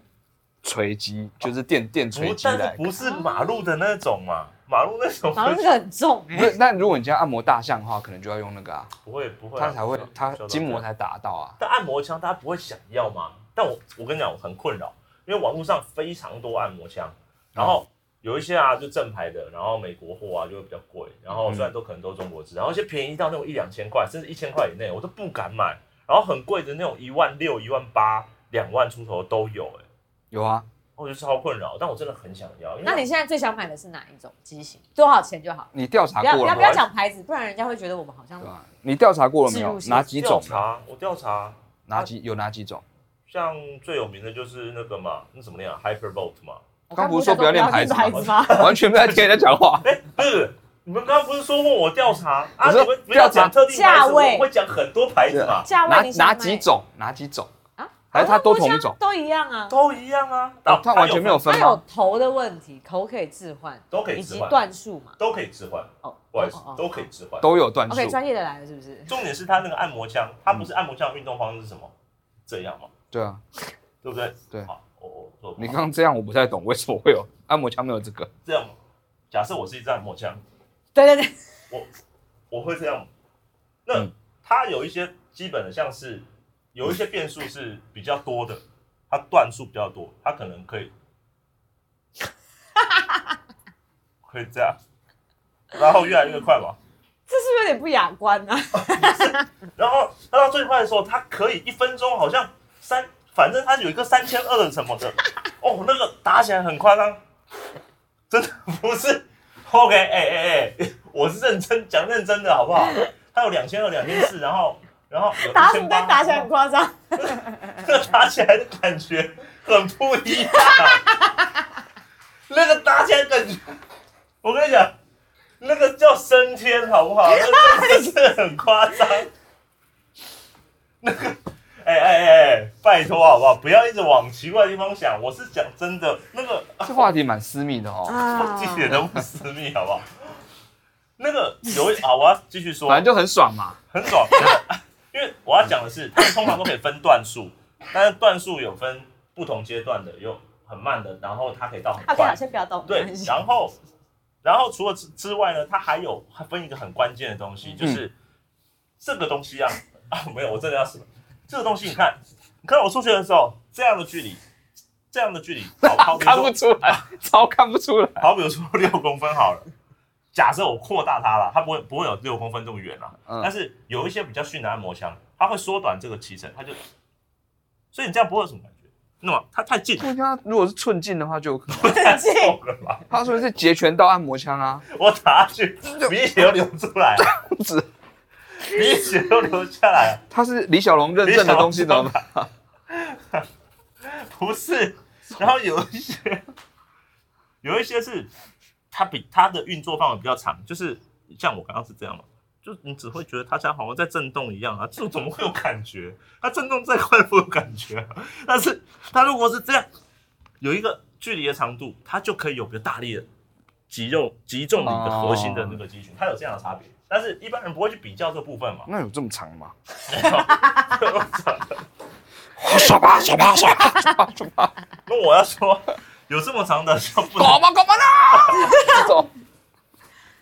锤击，就是电电锤不，击哦但是来。不是马路的那种嘛？马路那种然后那个很重哎、不是，那如果你今天按摩大象的话，可能就要用那个啊，不会不会啊，它才会它就到筋膜这样。才达到啊。但按摩枪大家不会想要嗯吗？但我我跟你讲，我很困扰，因为网络上非常多按摩枪，然后。有一些啊就正牌的，然后美国货啊就会比较贵，嗯然后虽然都可能都中国制，然后一些便宜到那种一两千块，甚至一千块以内，我都不敢买。然后很贵的那种一万六、一万八、两万出头都有、哎，有啊，我觉得超困扰，但我真的很想要。因为那你现在最想买的是哪一种机型？多少钱就好，你调查不要过不了要吗不？要讲牌子，不然人家会觉得我们好像对啊吧？你调查过了没植有入？性哪几种调？查，我调查，哪几有哪几种？像最有名的就是那个嘛，那怎么念啊？Hypervolt 嘛。我刚刚不不是说是说不不要要练练牌牌子子吗吗？ 完全没在听人家讲 话。哎，不是，你们刚刚不是说问我调查啊？我说你们不要讲特定牌价子，位我会讲很多牌子嘛，价哪位你想哪买几种？哪几种？啊？还是它都同一种都一样啊。都一样啊。哦它完全没有分它有吗？头的问题，头可以置换，都可以以置及换段数嘛。都可以置换，哦，不好意思哦哦，都可以置换。都有段数 OK，，专业的来了是不是？重点是它那个按摩枪，它不是按摩枪的运动方式是什么？这样嘛，对啊。对不对？对好，我我做不好你刚刚这样，我不太懂为什么会有按摩枪没有这个。这样嘛，假设我是一支按摩枪，对对对，我我会这样。那、嗯它有一些基本的，像是有一些变数是比较多的，它段数比较多，它可能可以，可以这样，然后越来越快嘛。这是不是有点不雅观啊？ 然后它到最快的时候，它可以一分钟好像三，反正它有一个三千二的什么的，哦，那个打起来很夸张，真的不是。OK，哎哎哎，我是认真讲认真的好不好？它有两千二、两千四，然后然后有打一什千么八，灯打起来 很夸张，啊那打起来的感觉很不一样，那个打起来感觉，我跟你讲，那个叫升天好不好？那个真的是很夸张。那个，哎哎哎哎，拜托好不好？不要一直往奇怪的地方想。我是讲真的，那个这话题蛮私密的哦，啊一点都不私密，好不好？那个有一啊，我要继续说，反正就很爽嘛。很爽。 因为因为我要讲的是，他们通常都可以分段数，但是段数有分不同阶段的，有很慢的，然后它可以到很啊 OK，快好，。先不要动，对没关，系然后然后除了之之外呢，它还有还分一个很关键的东嗯西，就是这个东西啊啊，没有，我真的要死了。这个东西你看，你看我数学的时候，这样的距离，这样的 距离，好好比 看不说，出来， 超看不出来。好比说 六公分好了。假设我扩大它了，它不会不会有六公分这么远啊。但嗯，是有一些比较逊的按摩枪，它会缩短这个骑程，它就，所以你这样不会有什么感觉。那么它太近，不像它如果是寸劲的话就有可能。太近了吧？ 他说的是截拳道按摩枪啊，我打下去，鼻血都流出来了， 不止，鼻血都流下来了，他是李小龙认证的东西怎么办？ 不是。然后有一些，有一些是它比它的运作范围比较长，就是像我刚刚是这样嘛，就你只会觉得它像好像在震动一样啊，这种怎么会有感觉？它震动再快不会有感觉、啊，但是它如果是这样，有一个距离的长度，它就可以有比较大力的击肉击中你的哦，核心的那个肌群，它有这样的差别。但是一般人不会去比较这部分嘛那有这么长 吗？我操爽吧爽吧爽 吧爽吧爽吧！ 那我要说，有这么长的就 不能搞吧搞吧啦！这种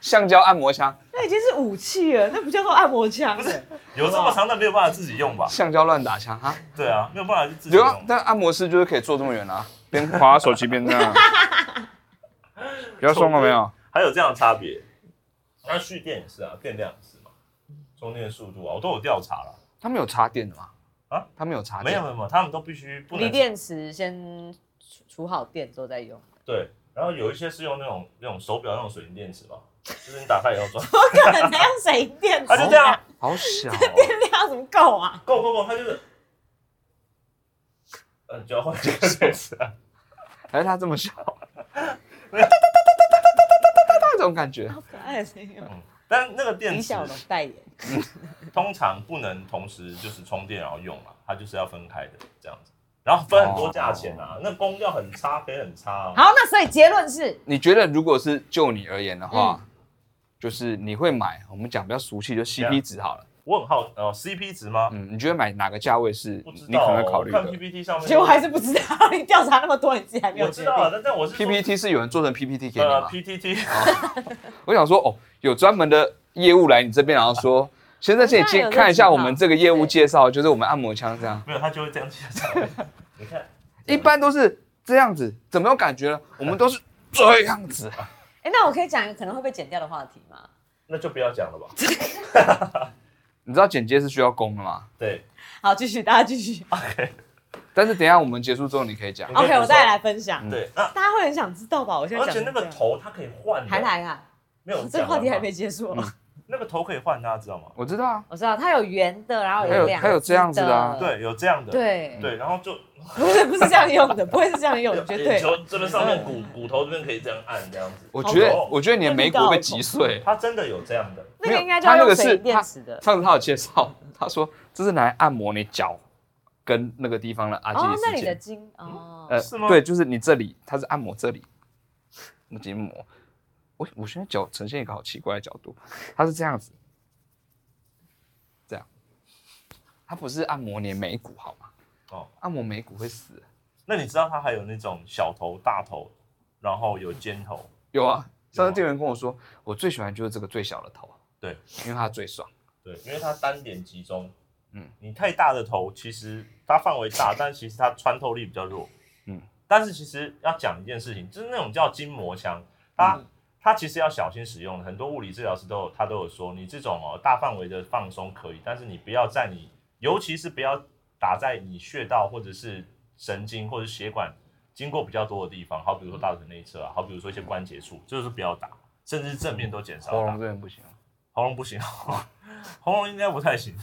橡胶按摩枪，那已经是武器了，那不叫做按摩枪不了，是有这么长的没有办法自己用吧？橡胶乱打枪哈。对啊，没有办法去自己有啊用，。但按摩师就是可以坐这么远啊，边滑手机边这 样，比较爽了没有？还有这样的差别。那蓄电也是啊，电量也是嘛，充电速度啊，我都有调查了。他们有插电的吗？啊，他们有插没有电？没有没有，他们都必须不锂能电池先储储好电之后再 用。 对。然后有一些是用那种那种手表那种水银电池嘛，就是你打开以后装，我可能还用水银电池它啊，就这 样，好 小哦，电量怎么够啊？够够够，它就是，嗯、就要换这个电池啊。还是它这么小？没有 这种感觉好可爱的声音哦。嗯，但那个电李池小龙代言，通常不能同时就是充电然后用嘛，它就是要分开的这样子，然后分很多价钱啊，那功效很差，可以很差啊。好，那所以结论是，你觉得如果是就你而言的话，嗯就是你会买？我们讲比较俗气，就 CP 值好了。我很好，呃，CP 值吗？嗯，你觉得买哪个价位是不知你可道能哦，会考虑我看的 PPT 上面，结果还是不知道。你调查那么多，你自己还没有我决知定道。了，啊但但我是说？PPT 是有人做成 PPT 给你呃吗？ PTT 我想说，哦，有专门的业务来你这边，然后说，先在这里啊好像介有这看一下情我况们这个业务介绍，就是我们按摩枪这样， 没有，他就会这 样介绍。你看，一般都是这样子，怎么有感觉呢？我们都是这样子。哎，那我可以讲一个可能会被剪掉的话题吗？那就不要讲了吧。你知道剪接是需要功的吗？对，好，继续，大家继续。但是等一下我们结束之后你可以讲。可以 OK，补我再上来分享。对，那大家会很想知道吧？我现在而讲且那个成这样头它可以换的，还来啊，没有这个讲完话题还吗没结束嗯哦。那个头可以换，大家知道吗？我知道啊，我知道它有圆的，然后还有两，还有这样子的啊对，有这样的，嗯对，对，然后就不是不是这样用的，不会是这样用，绝眼对。球这边上面骨骨头这边可以这样按这样子，我觉得好哦我觉得你的眉骨被击碎。它真的有这样的，那个应该没有叫他那个用是水银电池的。上次他有介绍，他说这是拿来按摩你脚跟那个地方的阿基哦里，斯那里腱的筋嗯哦，呃，是吗对，就是你这里，它是按摩这里，我筋膜。我我现在脚呈现一个好奇怪的角度，它是这样子，这样，它不是按摩你的眉骨好吗？哦哦，按摩眉骨会死。那你知道它还有那种小头、大头，然后有尖头，有啊，上有啊次店员跟我说，我最喜欢就是这个最小的头，对，因为它最爽。对，因为它单点集中。嗯嗯，你太大的头，其实它范围 大，但其实它穿透力比较弱。嗯嗯，但是其实要讲一件事情，就是那种叫筋膜枪，它、它其实要小心使用。很多物理治疗师都有，他都有说，你这种哦大范围的放松可以，但是你不要在你，尤其是不要打在你穴道或者是神经或者是血管经过比较多的地方，好比如说大腿内侧啊，好比如说一些关节处，就是不要打，甚至正面都减少喉打咙。这边不行啊，喉咙不行， 喉咙应该不太行。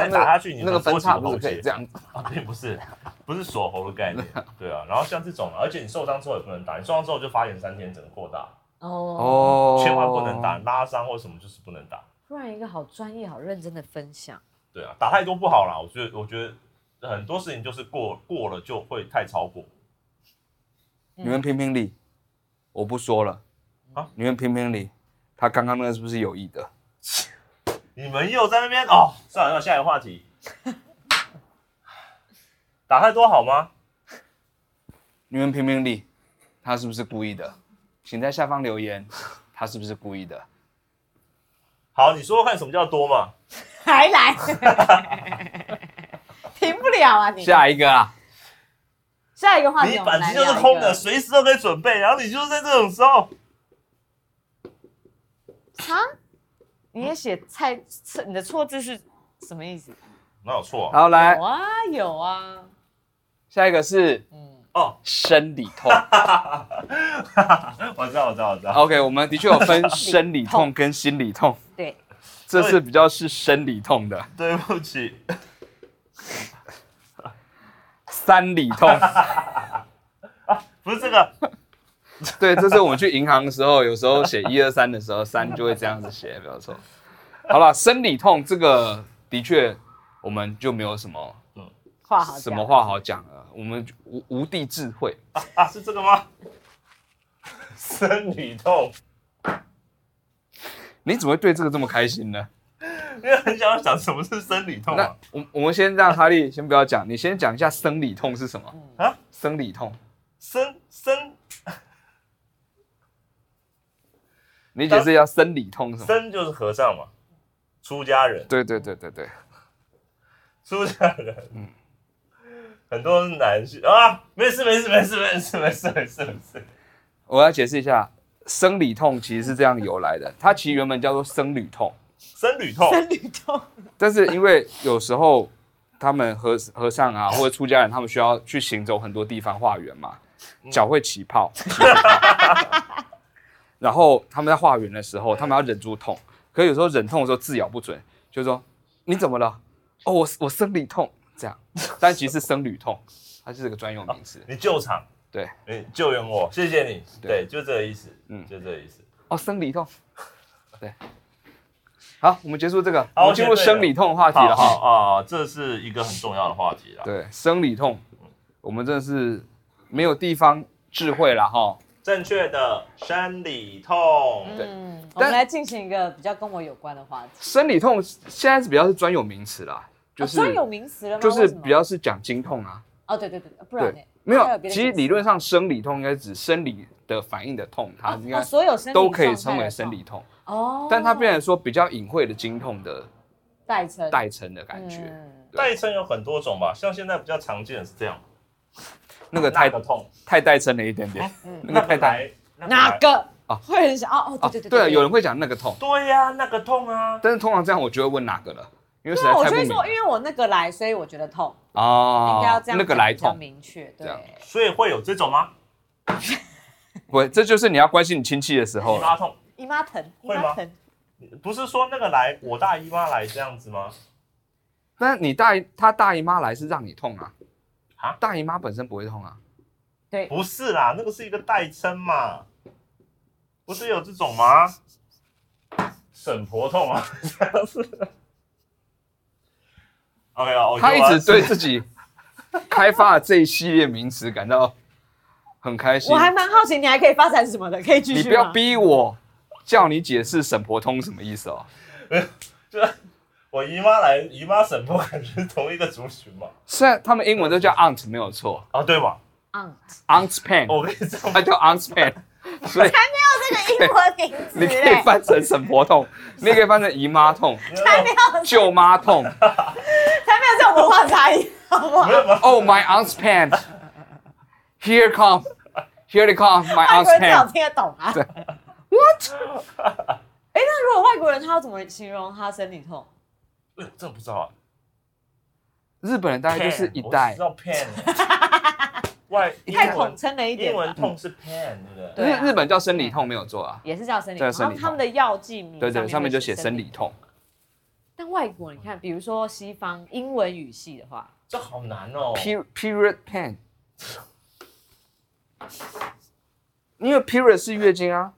它再那个打下去，你那个能多分几叉不喉是可以结这样子？ 啊？并不是，不是锁喉的概 念。对啊，然后像这种，而且你受伤之后也不能打，你受伤之后就发炎三天，整个扩大，哦，哦，千万不能打，拉伤或什么就是不能打。突然一个好专业、好认真的分享，对啊，打太多不好啦。我觉得，我觉得很多事情就是过过了就会太超过。你们评评理，我不说了。啊你们评评理，他刚刚那个是不是有意的？你们又在那边哦，算了，算了下一个 话题。打太多好吗？你们评评理，他是不是故意的？请在下方留 言，他是不是故意的？好，你说说看什么叫多嘛？还来，停不了啊你！下一个啊，下一个话题，你我们板来子就是聊一空个的，随时都可以准备，然后你就是在这种时候，啊？你也写菜错，你的错字是什么意思？哪有错、啊？好来有，啊，有啊，下一个是嗯，哦，生理 痛。 我知道，我知道，我知道。 OK，我们的确有分生理痛跟心理痛，对，这是比较是生理痛的，对不起，三理 痛。不是这个，对，这是我们去银行的时候，有时候写一二三的时候，三就会这样子写，没有错。好了，生理痛这个的确，我们就没有什么话好讲什么？话好讲了，我们就无无地智慧。啊，是这个吗？生理痛，你怎么会对这个这么开心呢？因为很想要想什么是生理痛那啊。我我们先让哈利先不要讲，你先讲一下生理痛是什么啊啊？生理痛，生生你解释一下生理痛是什么？生就是和尚嘛，出家人，对对对对对，出家人，嗯，很多是男性啊，没事没事没事没事没事没事没事，我要解释一下，生理痛其实是这样由来的，它其实原本叫做生理痛，生理痛，生理痛，但是因为有时候他们和和尚 啊或者出家人，他们需要去行走很多地方化缘嘛，嗯脚会起 泡，然后他们在化缘的时候，他们要忍住痛，可有时候忍痛的时候字咬不准，就说你怎么了？哦，我我生理痛这样，但其实是生理痛，它是这个专用名词。你救场，对，你救援我，谢谢你，对，对就这个意思，嗯，嗯就这个意思。哦，生理痛，对。好，我们结束这个，好我们进入选对了生理痛的话题了哈。好啊，这是一个很重要的话题啦。对，生理痛，我们真的是没有地方智慧了哈。正确的生理痛，嗯，我们来进行一个比较跟我有关的话题，生理痛现在是比较是专有名词啦，就哦是、专有名词了吗？就是为什么比较是讲经痛啊。哦，对对对，不然呢对，没有还有，别的其实解释理论上生理痛应该指生理的反应的痛，它哦应哦该所有生理都可以状态称为的生痛理痛，哦，但它变成说比较隐晦的经痛的代称代称的感觉。嗯代称有很多种吧，像现在比较常见的是这样，那个那太个痛，哦太代称了一点点，那个嗯那太个代来，哪个啊会很想哦哦啊，对对对了，有人会讲那个痛，对呀、那个痛啊，但是通常这样我就会问哪个了，因为实对啊，在我太就不会明说，因为我那个来，所以我觉得痛，应哦该要这样那个讲来比较痛，明确，这对样，所以会有这种吗？不，这就是你要关心你亲戚的时候姨了。妈痛，姨妈疼，姨会吗妈疼，不是说那个来我大姨妈来这样子吗？但你大姨他大姨妈来是让你痛啊，啊大姨妈本身不会痛啊，不是啦，那个是一个代称嘛，不是有这种吗？沈婆痛啊，这样是。OK 啊，我觉得他一我要直对自己开发的这一系列名词感到很开心我。还蛮好奇你还可以发展什么的，可以继你续吗不要逼我叫你解释沈婆通什么意思哦。我姨妈来，姨妈沈婆感觉是同一个族群嘛？虽然他们英文都叫 aunt 没有错啊，对嘛，嗯， ，aunt Pan，我跟你这 它样，叫 aunt Pan，所以这个英文名字你欸可以嘞，翻成沈婆痛，你也可以翻成姨妈痛、还没有舅妈痛。还没有这种文化差异，好 不好没？有没有 Oh my aunt's pant, here come, here they come, my 外 aunt's 国人最好 pant。听得懂 啊。对 What？哎，那如果外国人他要怎么形容他生理痛？哎呦，这不知道啊。日本人大概就是一代知，道 pan，外 太英统文称了一英点吧，文痛是 pan，对不对？对日啊日本叫生理痛没有错啊。也是叫生理对痛。生理然痛后他们的药剂嗯名对对，上面会就写生生理。痛。但外国你看，比如说西方英文语系的话，这好难哦。 Period period pain，因为 period 是月经啊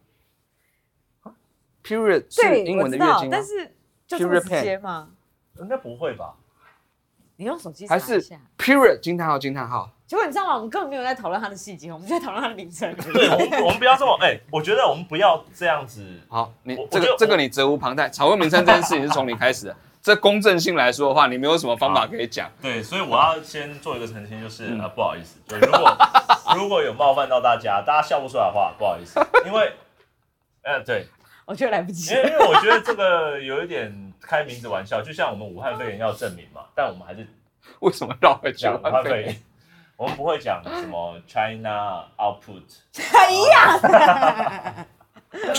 ，period 是对，英我文的知月道，经啊但，是就这么 Period 直接吗？应该不会吧？你用手机查还一是下。 period 惊叹号惊叹号。结果你知道吗？我们根本没有在讨论它的细节，我们就在讨论它的名称。对，我们我们不要这么，哎，我觉得我们不要这样子。好，你我我这觉个得这个我你责无旁贷。草问名称这件事情是从你开始的，这公正性来说的话，你没有什么啊方法可以讲。对，所以我要先做一个澄清，就是嗯啊，不好意思，就如果 如果有冒犯到大家，大家笑不出来的话，不好意思，因为，呃，对， 我觉得来不 及因 为因为我觉得这个有一点开名字玩笑，就像我们武汉肺炎要证明嘛，但我们还是为什么绕回去？讲武汉肺炎炎， 我们不会讲什么 China output 一样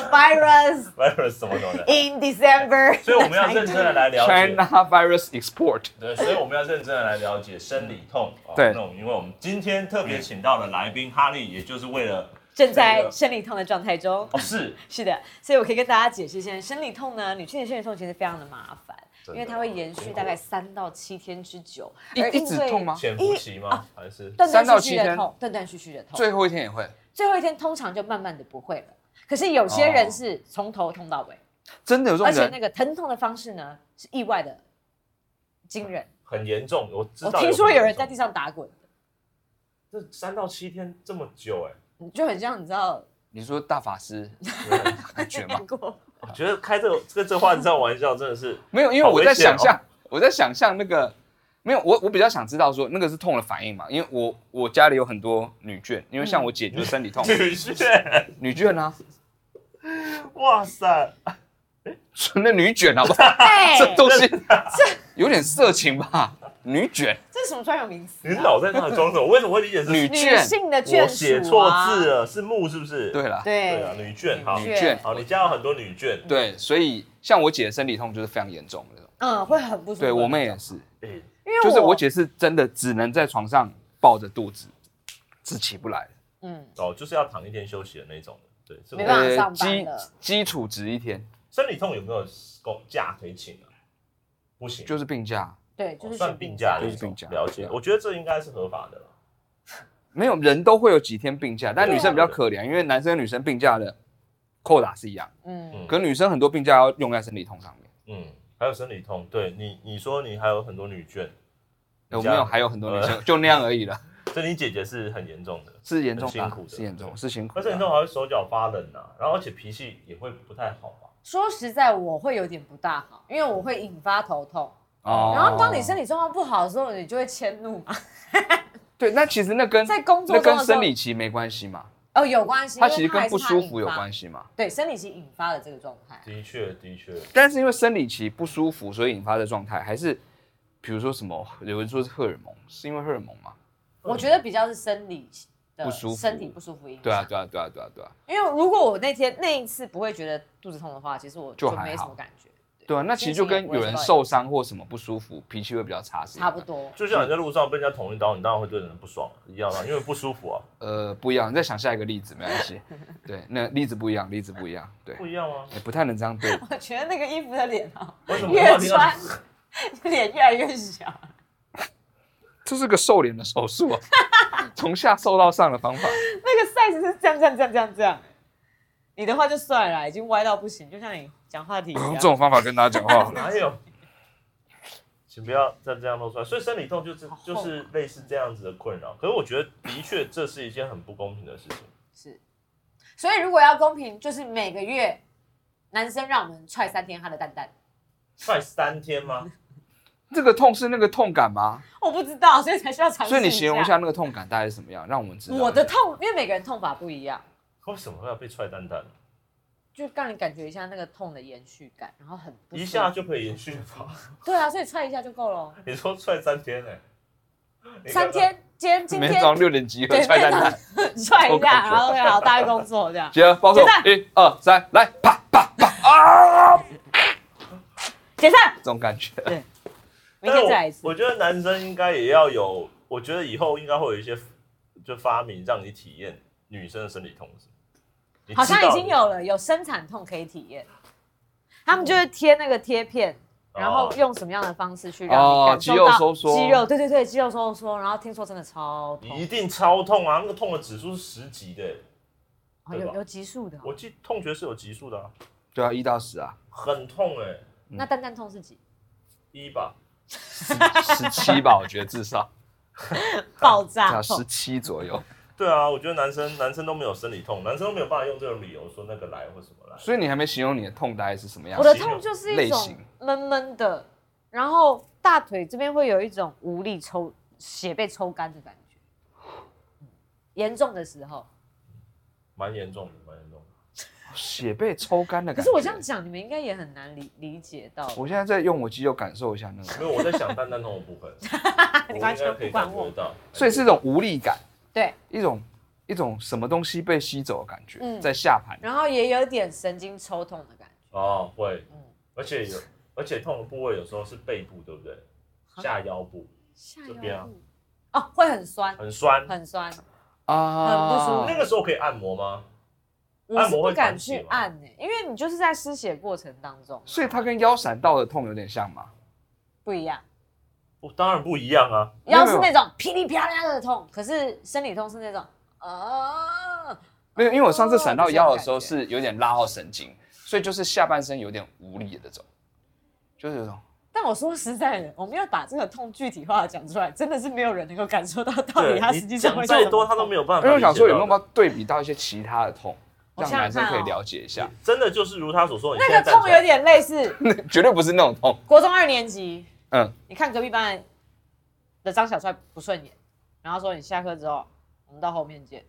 Virus virus 什么什么的， in December，所以我们要认真的来了解， China virus export。对，所以我们要认真的来了解生理痛。哦对那我们因为我们今天特别请到的来宾哈利，也就是为了 正在生理痛的状态中。哦是是的，所以我可以跟大家解释一下，生理痛呢，女性的生理痛其实非常的麻烦，真因的为它会延续大概三到七天之久，一而一直哎因为痛吗潜伏期吗？还是断三到断七续续天的痛，断断续续的痛，最最后一天也会，后一天通常就慢慢的不会了。可是有些人是从头痛到尾，真的有这而种且那哦人。个疼痛的方式呢是意外的惊人。很严重？我知我道。哦听说有人在地上打滚，这三到七天这么久哎、就很像你知道你说大法师对感觉吗 看？过我觉得开这个这个这话题这玩笑真的是没有，因为好我危在险想哦象，我在想象那个没有，我我比较想知道说那个是痛的反应嘛，因为我我家里有很多女眷，因为嗯像我姐就是生理 痛，女婿，女眷啊，哇塞，纯的女卷好不好？哎，这东 西这有点色情吧？女卷、这是什么专有名词你啊？脑袋到底装什么？为什么会理解是女女眷，性的眷我属写错啊字，了，是木是不是？对啦，对啊，对，女眷好，女眷好，你家有很多女眷，对，所以像我姐的生理痛就是非常严重的那种，嗯，会很不舒服。对我妹也是，哎因为就是我姐是真的只能在床上抱着肚子，是起不来的。嗯，哦，就是要躺一天休息的那种的，对，是不没是办法上班呃基了基础值一天生理痛有没有公假可以请啊？不行，就是病假，对，哦就是算选病假假的就一是种病假了解对，啊我觉得这应该是合法的了。没有人都会有几天病假，但对啊女生比较可怜，因为男生跟女生病假的扣打是一样，嗯，嗯可女生很多病假要用在生理痛上面。嗯，还有生理痛，对你，你说你还有很多女眷，有呃没有还有很多女呃生就那样而已了，这你姐姐是很严重的，是严重很辛苦的是严重，是辛苦而且的你痛还会手脚发冷啊，然后而且脾气也会不太好吧？说实在，我会有点不大好，因为我会引发头痛。哦然后当你身体状况不好的时候，你就会迁怒嘛。对，那其实那跟在工作那中跟的时生候，理期没关系嘛，哦有关系，它其实跟不舒服有系。关系嘛。对，生理期引发的这个状态，的确，的确，但是因为生理期不舒服，所以引发的状态还是，比如说什么，有人说是荷尔蒙，是因为荷尔蒙嘛？我觉得比较是生理的不舒服身体不舒服影响。对啊，对啊，对啊，对啊，对啊，因为如果我那天那一次不会觉得肚子痛的话，其实我就就还没什好么感觉，对啊。那其实就跟有人受伤或什么不舒服，脾气会比较差，是一样差的不。多。 就像你在路上被人家捅一刀，你当然会对人不爽，一样啊，因为不舒服啊，呃，不一样。你再想下一个例子，没关 系。对，那例子不一样，例子不一样，对，不一样啊。也不太能这样对。我觉得那个衣服的脸啊， 为什么越穿脸越来越小。这是个瘦脸的手术、 啊，从下瘦到上的方法。那个 size 是这样这样这样这样这样。你的话就算了啦，已经歪到不行，就像你讲话题一样哦用这。种方法跟大家讲话 好了。哪有？ 请不要再这样露出来。所以生理痛就是就是类似这样子的困扰。可是我觉得的确这是一件很不公平的事情。是，所以如果要公平，就是每个月男生让我们踹三天他的蛋蛋。快三天吗？这个痛是那个痛感吗？我不知道，所以才需要尝试。所以你形容一下那个痛感大概是什么样，让我们知道。我的痛，因为每个人痛法不一样，为什么要被踹蛋蛋？就让你感觉一下那个痛的延续感，然后很不舒一服下就可以延续吗？对啊，所以踹一下就够了。你说踹三天哎、欸？三天，今天 今每天天早上六点集合对踹蛋蛋， 踹一我感觉下，然后好大家工作这 样。结合包手解，散一二三，来，啪啪啪啊！解散，这种感觉，明天再来但一是次我。我觉得男生应该也要有，我觉得以后应该会有一些就发明让你体验女生的生理痛是你知好道哦像已经有了，有生产痛可以体验。他们就是贴那个贴片，然后用什么样的方式去让哦你感受肌到肉收缩肌肉对对对，肌肉收缩。然后听说真的超你痛，一定超痛啊！那个痛的指数是十级的欸、哦、对吧有有级数的哦、我记痛觉是有级数的、啊，对啊，一到十啊，很痛哎、那蛋蛋痛是几？一吧，十七吧，我觉得至 少爆至少炸十啊痛。七左右。对啊，我觉得男生男生都没有生理痛，男生都没有办法用这种理由说那个来或什么来。所以你还没形容你的痛大概是什么样我子？的痛就是一类种型闷闷的，然后大腿这边会有一种无力抽血被抽干的感觉，嗯严重的时候。蛮严重的，蛮严重的。血被抽干的可感觉。是我这样，讲，你们应该也很难理理解到。我现在在用我肌肉感受一下那个，嗯没有，我在想蛋蛋痛我不 会，我应完全该可以不管感觉我得到。所以是一种无力感，对，一种一种什么东西被吸走的感觉，嗯在下盘。然后也有点神经抽痛的感觉。哦，会嗯，而且有，而且痛的部位有时候是背部，对不对？下腰部下这边啊部哦，会很酸，很酸，很酸。啊，很不那个时候可以按摩吗？我是摩会不敢缓解去吗按呢、因为你就是在失血过程当中所以它跟腰闪到的痛有点像嘛。不一样。不，哦当然不一样啊。没有腰是那种噼里啪啦的痛，可是生理痛是那种啊，没有，因为我上次闪到腰的时候哦这是有点拉到神经，所以就是下半身有点无力的那种，就是有种但我说实在的，我们要把这个痛具体化的讲出来，真的是没有人能够感受到到底它实际你上讲会再多他都没有。有办因法。哎为我想说有没有办法对比到一些其他的痛，我让想想男生可以看哦了解一 下，真的就是如他所说，你现那在个站痛起有来，点类似绝对不是那种痛。国中二年级，嗯，你看隔壁班的张小帅不顺眼，然后说你下课之后，我们到后面见。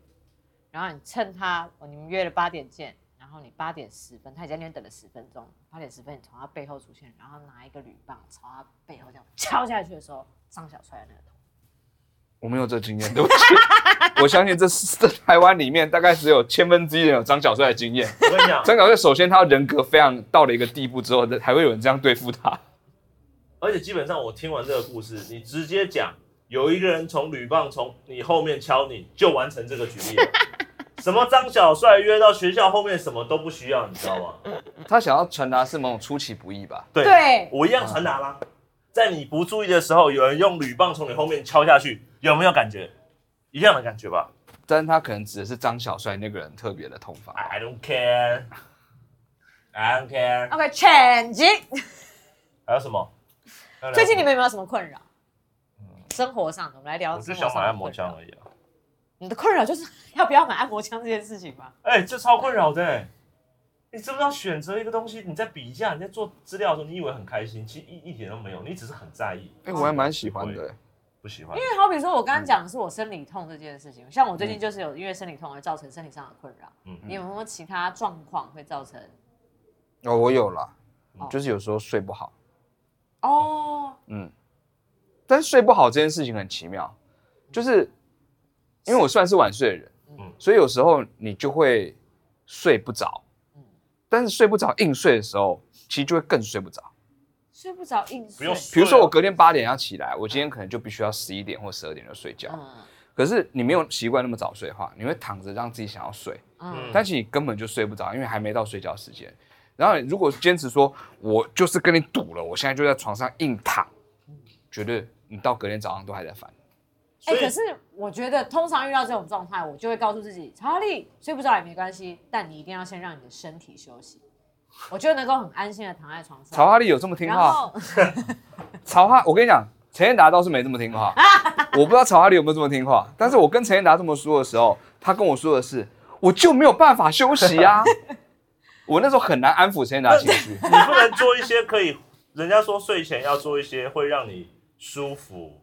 然后你趁他，哦你们约了八点见，然后你八点十分，他已经在那边等了十分钟，八点十分你从他背后出现，然后拿一个铝棒朝他背后这样敲下去的时候，张小帅的那个头，我没有这经验，对不起。我相信这是这台湾里面大概只有千分之一人有张小帅的经验。我跟你 讲，张小帅首先他人格非常到了一个地步之后，还会有人这样对付他。而且基本上我听完这个故事，你直接讲有一个人从铝棒从你后面敲你，就完成这个局面 了。什么张小帅约到学校后面什么都不需要，你知道吗？他想要传达是某种出其不意吧？对，对我一样传达啦。在你不注意的时候，有人用铝棒从你后面敲下去，有没有感觉？一样的感觉吧。但是他可能指的是张小帅那个人特别的痛法。 I I don't care, I don't care。 OK，全集。还有什么？最近你们有没有什么困扰？生活上的，我们来聊。我就想买按摩枪。而已啊。你的困扰就是 要不要买按摩枪这件事情吗？哎、这超困扰的、你知不知道选择一个东西，你在比价，你在做资料的时候，你以为很开心，其实一一点都没有，你只是很在意。哎、我还蛮喜欢的、不喜欢因。为好比说，我刚刚讲的是我生理痛这件事情，像我最近就是有因为生理痛而造成身体上的困扰。嗯你有没有其他状况会造成？哦，我有啦哦，就是有时候睡不好，哦，嗯，但是睡不好这件事情很奇妙，就是因为我算是晚睡的人，嗯所以有时候你就会睡不着，嗯但是睡不着硬睡的时候，其实就会更睡不着。睡不着硬不嗯睡用。，啊比如说我隔天八点要起来，我今天可能就必须要十一点或十二点就睡觉。啊嗯可是你没有习惯那么早睡的话，你会躺着让自己想要睡，嗯，但其实你根本就睡不着，因为还没到睡觉时间。然后你如果坚持说，我就是跟你赌了，我现在就在床上硬躺，绝对你到隔天早上都还在烦。所哎、以可是我觉得通常遇到这种状态，我就会告诉自己，查理睡不着也没关系，但你一定要先让你的身体休息。我就能够很安心的躺在床曹上，哈利有这么听然话？后曹哈，我跟你讲，陈彦达倒是没这么听 话。我不知道曹哈利有没有这么听话，但是我跟陈彦达这么说的时候，他跟我说的是，我就没有办法休息 啊。我那时候很难安抚陈彦达的情绪。你不能做一些可以，人家说睡前要做一些会让你舒服，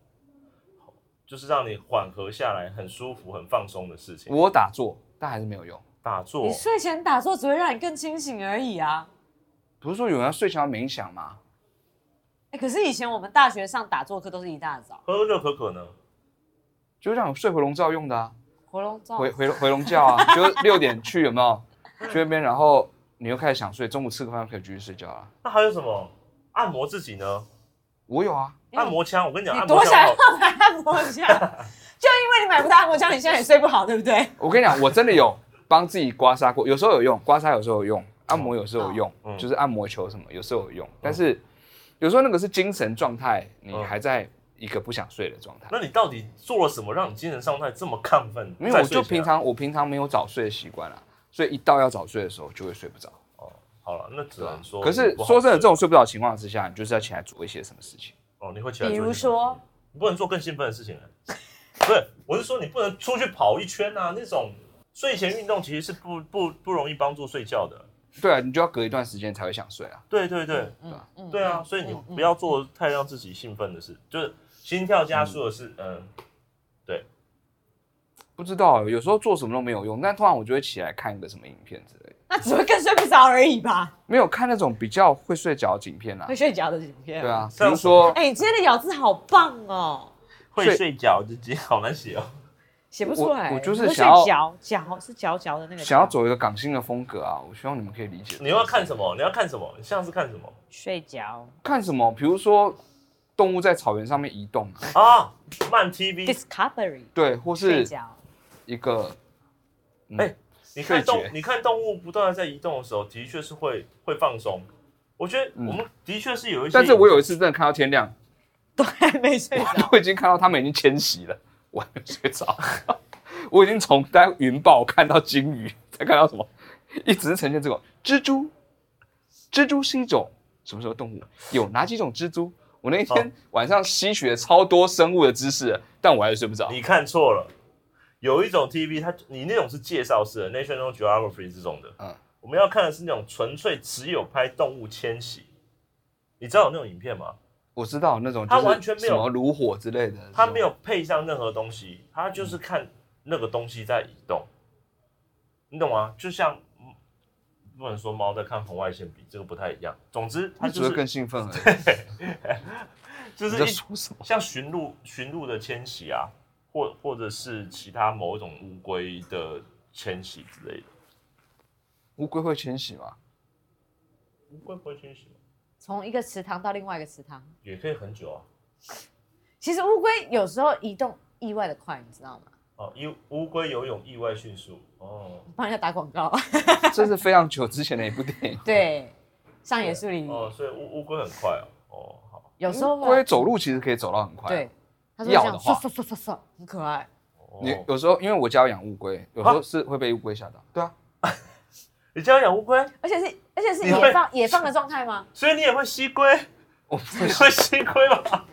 就是让你缓和下来、很舒服、很放松的事情。我打坐，但还是没有用。打坐你，睡前打坐只会让你更清醒而已啊。不是说有人要睡前要冥想吗？哎、可是以前我们大学上打坐课都是一大早，喝热可可呢？就让我睡回笼觉用的啊，活龙哦照回回回笼觉啊，就六点去有没 有？嗯去那边，然后你又开始想睡，中午吃个饭可以继续睡觉啊。那还有什么？按摩自己呢？我有啊，按摩枪，我跟你讲，你按多摩想枪要好买哦按摩枪， 就因为你买不到按摩枪，你现在也睡不好，对不对？我跟你讲，我真的 有帮自己刮痧过，有时候有用，刮痧有时候有用，按摩有时候有用，嗯就是按摩球什么有时候有用，但是有时候那个是精神状态，你嗯还在一个不想睡的状态。那你到底做了什么让你精神状态这么亢奋？因为在我睡就前平啊常我平常没有早睡的习惯啊，所以一到要早睡的时候就会睡不着。哦，好了，那只对吧能啊说。可是说真的，这，种睡不着的情况之下，你就是要起来做一些什么事情。哦，你会起来。比如，说，你不能做更兴奋的事情了。不是，我是说你不能出去跑一圈啊，那种睡前运动其实是不不不容易帮助睡觉的。对啊，你就要隔一段时间才会想睡啊。对对对嗯嗯对啊，所以你不要做太让自己兴奋的事，就是心跳加速的事，嗯，不知道，有时候做什么都没有用，但通常我就会起来看一个什么影片之类的，那只会更睡不着而已吧？没有看那种比较会睡着的影片啊会。睡觉的影片。对。啊，比这样如说哎、你今天的咬字好棒哦，会睡觉自己好难写哦。写不出来。我我就是你会睡想要嚼嚼是嚼嚼的那个嚼。想要走一个港星的风格啊，我希望你们可以理解。你要看什么？你要看什么？你像是看什么睡觉看什么？比如说动物在草原上面移动啊，啊？慢 TV， discovery 对，或睡是 觉。一个你看睡动觉，你看动物不断的在移动的时候，的确是会会放松。我觉得我们的确是有一些，但是我有一次真的看到天亮，都还没睡 着，我已经看到他们已经迁徙了， 我还没睡着。 我已经从在云豹看到鲸鱼，再看到什么，一直呈现这种蜘蛛。蜘蛛是一种什么时候动物？有哪几种蜘蛛？我那哦天晚上吸取了超多生物的知识了，但我还是睡不着。你看错了，有一种 TV，它你那种是介绍式的 National Geography 这种的，嗯我们要看的是那种纯粹只有拍动物迁徙。你知道有那种影片吗？我知道那种他就是完全没有什么炉火之类的，它没有配上任何东西，它就是看那个东西在移动，你懂吗？就像嗯不能说猫在看红外线比，这个不太一样。总之，它他只会就更是兴奋而已。 就你在是一说什么？像驯鹿驯鹿的迁徙啊，或或者是其他某一种乌龟的迁徙之类的。乌龟会迁徙吗？ 乌龟不会迁徙吗？从一个池塘到另外一个池塘。也可以很久啊。其实乌龟有时候移动意外的快，你知道吗？哦，因乌龟游泳意外迅速哦帮人家打广 告。这是非常久之前的一部电影。对，上野树里哦，所以乌乌龟很快哦。哦，好 有时候乌会龟走路其实可以走到很快。对，，他说要这样的话唰唰唰唰唰，很可爱。哦啊你有时候因为我家有养乌龟，有时候是会被乌龟吓到。对啊，你这样养乌龟，而且是而且是你会野放野放的状态吗？所以你也会吸龟，我不你会会吸龟吧？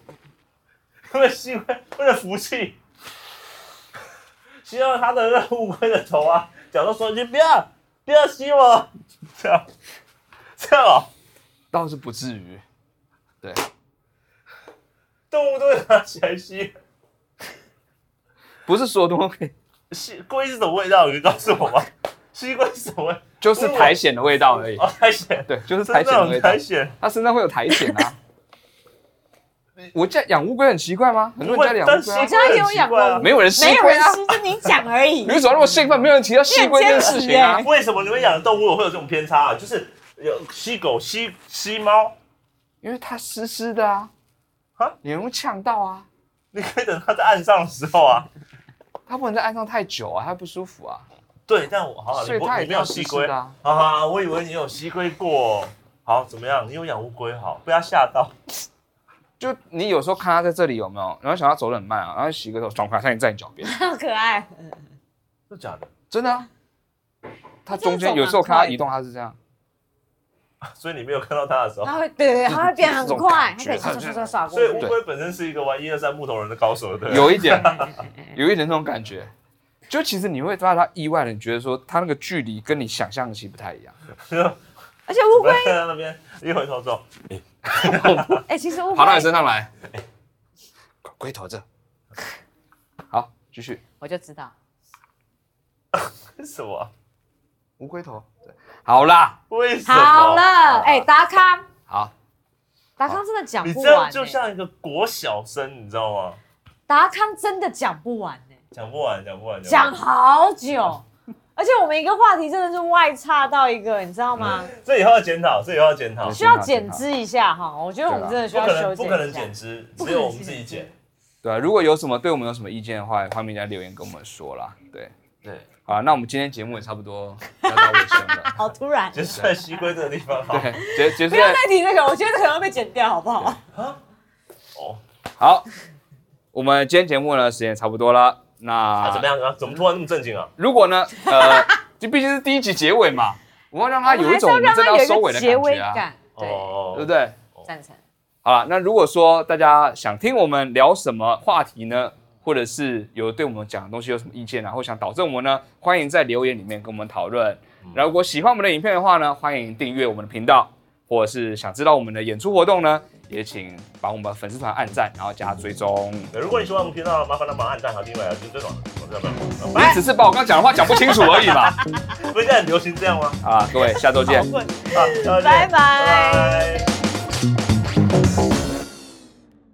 为了吸龟，为了福气，吸到它的那乌龟的头啊，假如说你不要不要吸我，这样这样哦，倒是不至于。对，动物都会拿起来吸。不是所有东西都 可以，吸龟是什么味道？你可以告诉我吗？吸龟是什么味？就是苔藓的味道而已。 哦，苔藓。对，就是啊是苔藓的味道 苔。藓，它身上会有苔藓啊。我家养乌龟很奇怪吗？很多人家里养但乌是龟啊我，家也有养过没有人吃没有龟人啊。吃，就你讲而 已你。为什么那么兴奋？没有人提到吸龟这件事情啊没有人？为什么你们养的动物会有这种偏差啊？就是有吸狗、吸吸猫， 因为它湿湿的啊啊，你容易呛到啊，你可以等它在岸上的时候啊。它不能在岸上太久啊，它不舒服啊。对，但我好所好，啊你以不它你也没要有湿吸湿龟的啊。啊？我以为你有吸龟过。好，怎么样？你有养乌龟好，被它吓到。就你有时候看它在这里有没有，然后想它走得很慢啊，然后洗个头，爽快，它也在你脚边，好可 爱。是假的， 真的啊。它中真的走间蛮有时候看它快的移动，它是这样，所以你没有看到它的时候。它会，对对，它会变很这种快，感它觉可以唰唰唰唰唰过所以乌去。龟本身是一个玩一二三木头人的高手，对不对？有一点，有一点那种感觉。就其实你会发现它意外的，你觉得说它那个距离跟你想象的其实不太一样。而且乌不龟要，看 到那边一回头之后，哎，其实乌爬到你龟身上来，龟龟头这。好，继续我就知道，为什么？无龟头。对好啦，为什么？好了，哎，达康，好，达康真的讲你不这样完就欸，像一个国小生，你知道吗？达康真的讲不完欸讲不完，讲不完，讲好久，而且我们一个话题真的是外差到一个，你知道不完吗？这以后要检讨，这以后要检讨，对需要减脂一下哈，我觉得我们真的需不要可修剪能，不一可能下减脂，只有我们自己减。对啊，如果有什么对我们有什么意见的话，欢迎大家留言跟我们说啦。对，对，好啦，那我们今天节目也差不多要到尾声了。好突然，就在西龟这个地方好。对，结结束不要再提这个，我觉得可能会被剪掉，好不好？哦，好，我们今天节目呢时间也差不多了。啊，怎么那样？怎么突然那么正经啊？如果呢，呃，这毕竟是第一集结尾嘛， 我要让它有一种我我们们还真是的要让它有要一收个尾的结感尾觉啊，感，对哦对不？对？赞成。好了，那如果说大家想听我们聊什么话题呢，或者是有对我们讲的东西有什么意见啊，或想导正我们呢，欢迎在留言里面跟我们讨论。嗯然后如果喜欢我们的影片的话呢，欢迎订阅我们的频道，或者是想知道我们的演出活动呢，也请帮我们粉丝团按赞，然后加追踪。对如果你喜欢我们频道，麻烦帮忙按赞、好订阅、还有订阅、转发，知道吗？你只是把我刚刚讲的话讲不清楚而已嘛。不是现在很流行这样吗？啊，各位，下周见。啊，再见拜拜拜拜